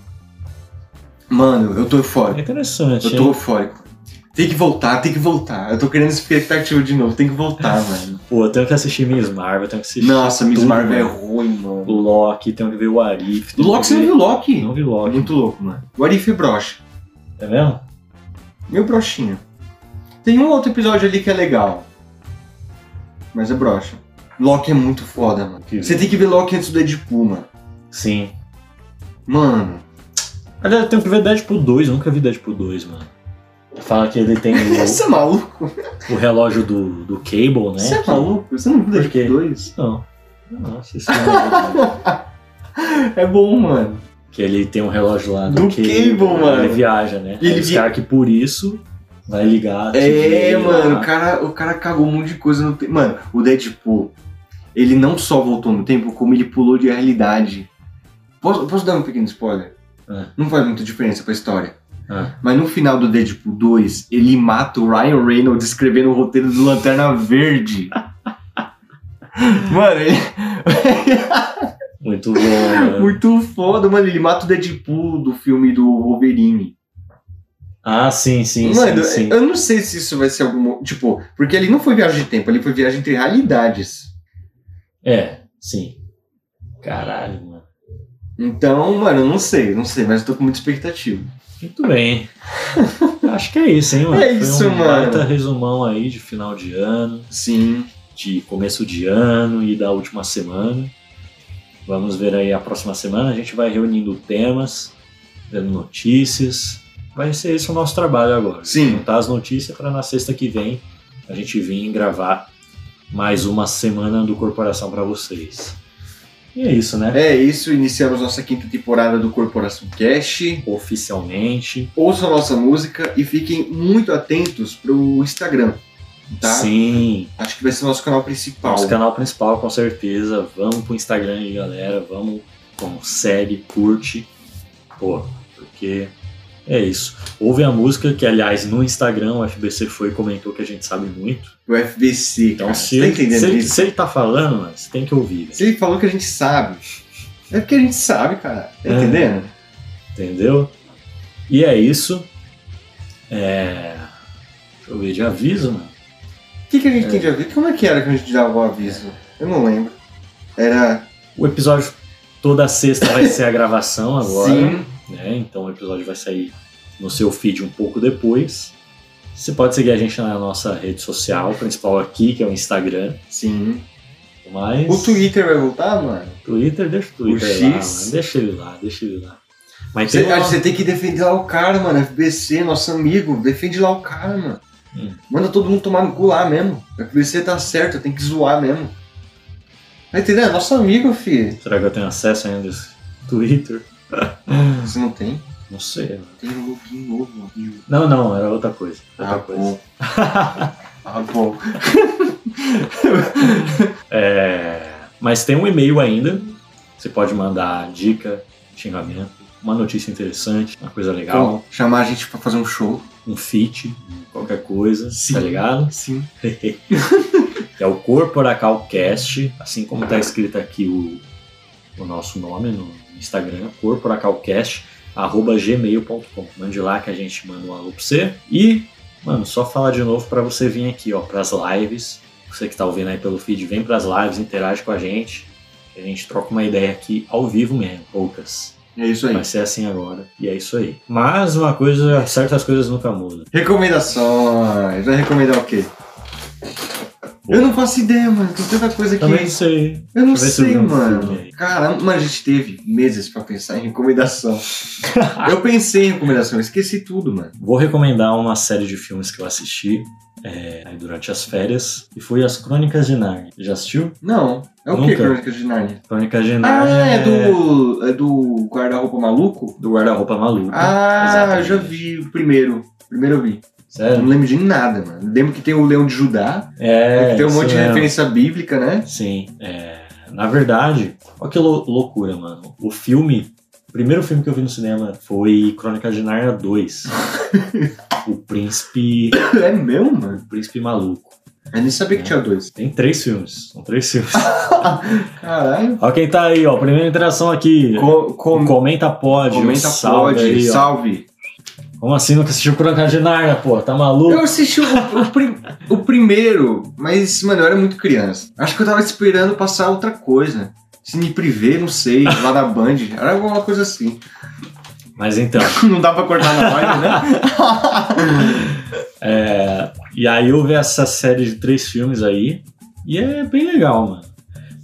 Mano, eu tô eufórico.
interessante.
Eu
hein?
tô eufórico. Tem que voltar, tem que voltar. Eu tô criando expectativa de novo, tem que [laughs] voltar, mano.
Pô, eu tenho que assistir Miss Marvel, eu tenho que assistir
Nossa, Miss
tudo,
Marvel é
mano.
ruim, mano.
Loki, tenho que ver o Arif. um
O Loki, você não viu o Loki?
Não vi
É
Loki,
muito louco, mano. O Arif é broxa.
é mesmo?
Meu broxinho. Tem um outro episódio ali que é legal. Mas é broxa. Loki é muito foda, mano.
Que-
Você tem que ver Loki antes do Deadpool, mano.
Sim.
Mano,
Aliás, eu tenho que ver Deadpool 2, eu nunca vi Deadpool 2, mano. Fala que
[laughs]
ele tem
[laughs]
um
você
o,
é maluco?
o relógio do, do Cable, né?
Você é
Que-
maluco? Você não viu
Por quê?
Deadpool 2?
Não. Nossa, isso não é
[laughs]
verdade.
É bom, mano.
Que ele tem um relógio lá
Do Cable, mano.
Ele viaja, né?
E ele
Ele
vi-
que por isso vai ligar. tipo,
É,
TV lá.
mano, o cara, o cara cagou um monte de coisa no tempo. Mano, o Deadpool, ele não só voltou no tempo, como ele pulou de realidade. Posso, posso dar um pequeno spoiler?
Ah.
Não faz muita diferença pra história.
Ah.
Mas no final do Deadpool 2, ele mata o Ryan Reynolds escrevendo o roteiro do
[laughs]
Lanterna Verde. mano, ele, é
Muito bom, mano.
Muito foda, mano. Ele mata o Deadpool do filme do Wolverine.
Ah, sim, sim,
mano,
sim, sim.
eu não sei se isso vai ser algum. Tipo, porque ele não foi viagem de tempo, ele foi viagem entre realidades.
É, sim. Caralho, mano.
Então, mano, eu não sei, não sei, mas eu tô com muita expectativa.
Muito bem. [laughs] Acho que é isso, hein, mano?
É isso,
Foi um
mano.
baita resumão aí de final de ano,
Sim.
de começo de ano e da última semana. Vamos ver aí a próxima semana. A gente vai reunindo temas, vendo notícias. Vai ser esse o nosso trabalho agora.
Sim.
Juntar as notícias para na sexta que vem a gente vir gravar mais uma semana do Corporação para vocês. E é isso, né?
É isso, iniciamos nossa quinta temporada do Corporação Cast.
Oficialmente.
Ouçam nossa música e fiquem muito atentos pro Instagram, tá?
Sim,
Acho que vai ser nosso canal principal.
nosso canal principal com certeza. Vamos pro Instagram aí, galera. Vamos, bom, segue, curte. Pô, porque é isso. Ouve a música, que aliás no Instagram o FBC foi e comentou que a gente sabe muito.
O FBC,
Então
cara.
se,
Você tá
ele, se,
entendendo
ele,
isso?
se ele tá falando, mano, você tem que ouvir, velho.
Se ele falou que a gente sabe, é porque a gente sabe, cara. Tá
É.
entendendo?
entendeu? E é isso. É... Deixa eu ver de aviso, mano.
O que, que a gente tem de aviso? Como é que era que a gente dava o aviso? Eu não lembro. Era.
O episódio toda sexta vai ser a gravação agora.
Sim.
né? Então o episódio vai sair no seu feed um pouco depois. Você pode seguir a gente na nossa rede social, principal aqui, que é o Instagram.
Sim.
Mas.
O Twitter vai voltar, mano?
Twitter, deixa o Twitter
O
lá,
X.
mano. Deixa ele lá, deixa ele lá. Mas
Você,
tem uma...
acho que você tem que defender lá o cara, mano. FBC, nosso amigo. Defende lá o cara, mano.
Hum.
Manda todo mundo tomar no cu lá mesmo. O FBC tá certo, tem que zoar mesmo. Tá entendendo? Nosso amigo, filho.
Será que eu tenho acesso ainda desse Twitter?
Você não tem?
Não sei.
Tem um login novo, amigo.
Não, não, era outra coisa. Outra
Ah,
coisa. [laughs]
bom. Ah, bom.
É, Mas tem um e-mail ainda. Você pode mandar dica, xingamento, uma notícia interessante, uma coisa legal,
Então, chamar a gente pra fazer um show.
um feat, qualquer coisa,
Sim.
tá ligado?
Sim.
Que é o Corporacalcast, assim como tá escrito aqui o, o nosso nome no Instagram, corporacalcast, arroba gmail.com. Mande lá que a gente manda um alô pra você. E, mano, só falar de novo pra você vir aqui, ó, pras lives. Você que tá ouvindo aí pelo feed, vem pras lives, interage com a gente. que A gente troca uma ideia aqui ao vivo mesmo, poucas.
É isso aí.
Vai ser assim agora, e é isso aí. Mas uma coisa, certas coisas nunca mudam.
Recomendações. Vai recomendar o quê? Eu não faço ideia, mano. Tem tanta coisa que.
Também isso aí.
Eu
Deixa eu
não
ver se
sei,
eu vi um filme
mano.
aí.
Caramba, mas a gente teve meses pra pensar em
[laughs]
recomendação. eu pensei em recomendação, esqueci tudo, mano.
Vou recomendar uma série de filmes que eu assisti é, aí durante as férias, e foi As Crônicas de Narnia. Já assistiu?
Não. É o que,
Nunca.
Crônicas de Narnia?
Crônicas de
Ah,
Narnia
é do. É do guarda-roupa maluco?
do Guarda-Roupa Maluco.
Ah, eu
Uhum. Exatamente.
já vi o primeiro. Primeiro eu vi. Eu
Sério?
não lembro de nada, mano. Lembro que tem o Leão de Judá,
É,
que tem um
isso
monte de
mesmo.
referência bíblica, né? [laughs]
Sim, é, na verdade, olha que lou- loucura, mano. O filme, o primeiro filme que eu vi no cinema foi Crônicas de Narnia
[laughs]
2. o Príncipe,
É meu, mano.
o Príncipe Maluco.
Eu nem sabia que tinha dois.
Tem três filmes, são três filmes. [laughs]
Caralho.
Ó quem tá aí, ó, primeira interação aqui.
Co- com-
Comenta pode,
comenta
salve
pode.
aí, ó.
salve.
Como assim nunca assistiu Crônicas de Narnia, pô? Tá maluco?
Eu assisti o, o prim- o primeiro, mas, mano, eu era muito criança. Acho que eu tava esperando passar outra coisa. Cine privê, não sei, lá da Band. Era alguma coisa assim. [laughs]
Mas então,
Não dá pra cortar na live, né?
É, e aí houve essa série de três filmes aí, e é bem legal, mano.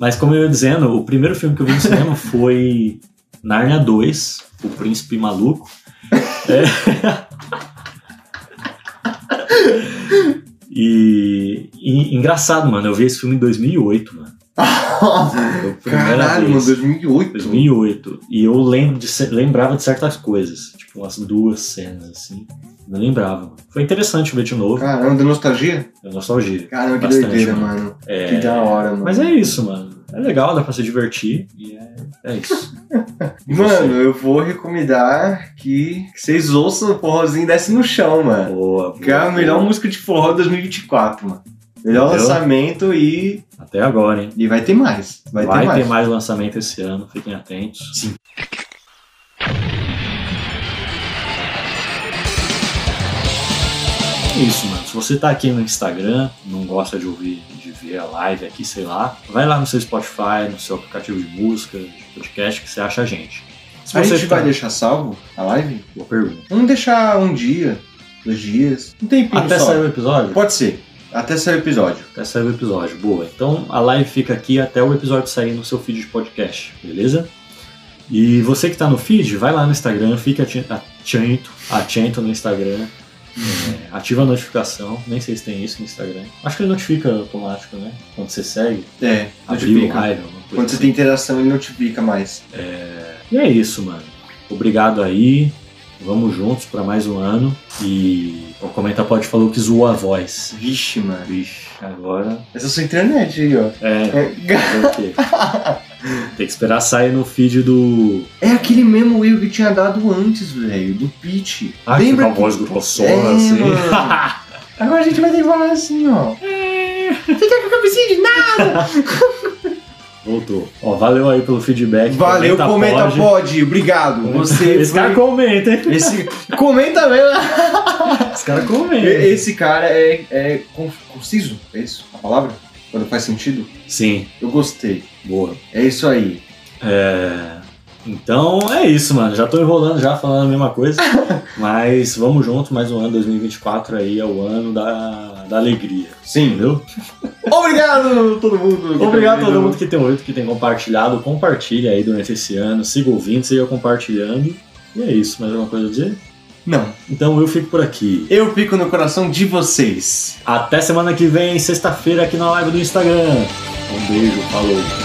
Mas como eu ia dizendo, o primeiro filme que eu vi no
[laughs]
cinema foi Narnia 2, O Príncipe Maluco.
[laughs]
É. E, e engraçado, mano, eu vi esse filme em 2008, mano. [laughs] Foi a primeira
né? Caralho,
vez.
mano, 2008.
2008. E eu lembro de, ce- lembrava de certas coisas, tipo umas duas cenas assim. Não lembrava. Foi interessante ver de novo,
Caramba, da nostalgia?
é nostalgia.
Caramba, que
Bastante,
doideira,
mano.
mano.
É,
Que da hora, mano.
Mas é isso, mano. É legal, dá pra se divertir. E é, é isso. E
Mano,
você?
eu vou recomendar que que vocês ouçam o forrozinho e desce no chão, mano.
Boa, boa,
Que é a melhor
boa.
música de forró de 2024, mano. Melhor
Entendeu?
lançamento e.
Até agora, hein?
E vai ter mais. Vai, ter mais.
lançamento esse ano, fiquem atentos.
Sim.
É Isso, mano. Se você tá aqui no Instagram, não gosta de ouvir, de ver a live aqui, sei lá, vai lá no seu Spotify, no seu aplicativo de música, de podcast, que você acha a gente. Se
A
você
gente
tá-
vai deixar salvo a live?
Boa pergunta.
Vamos deixar um dia, dois dias. Um tempinho
Até
só.
sair o episódio?
Pode ser. Até sair o episódio.
Até sair o episódio, boa. Então a live fica aqui até o episódio sair no seu feed de podcast, beleza? E você que tá no feed, vai lá no Instagram, fica ati- atento, atento no Instagram, é, ativa a notificação, nem sei se tem isso no Instagram. Acho que ele notifica automático, né? Quando você segue,
É,
abriu
notifica.
live, alguma coisa
Quando você
assim.
tem interação, ele notifica mais.
E é isso, mano. Obrigado aí, vamos juntos pra mais um ano. E o Comenta Pode falou que zoou a voz.
Vixe, mano.
Vixe, agora...
Essa é a sua internet aí, ó.
É,
É,
Fazer o quê? Tem que esperar sair no feed do.
é aquele mesmo Will que tinha dado antes, velho. Do Pete.
Ah, que
Lembra
uma voz grossona,
É,
assim.
mano. Agora a gente vai ter que falar assim, ó.
É.
Fica com a cabecinha de nada.
[laughs] Voltou. Ó, valeu aí pelo feedback.
Valeu, comenta, pode. Obrigado. Você
Esse cara comenta, hein?
Esse... Comenta mesmo.
Esse cara
E-
comenta.
Esse cara é, é con- conciso, é isso a palavra? Quando faz sentido?
Sim,
Eu gostei.
boa.
É isso aí.
É, Então é isso, mano. Já tô enrolando, já falando a mesma
[laughs]
coisa. Mas vamos junto, mais um ano 2024 aí é o ano da, da alegria.
Sim.
Entendeu?
Obrigado, todo mundo. que
Obrigado a
tá
todo
ouvindo.
mundo que tem ouvido, que tem compartilhado. Compartilha aí durante esse ano. Siga ouvindo, siga compartilhando. E é isso. Mais alguma coisa a dizer?
Não.
Então eu fico por aqui.
Eu fico no coração de vocês.
Até semana que vem, sexta-feira, aqui na live do Instagram. Um beijo, falou.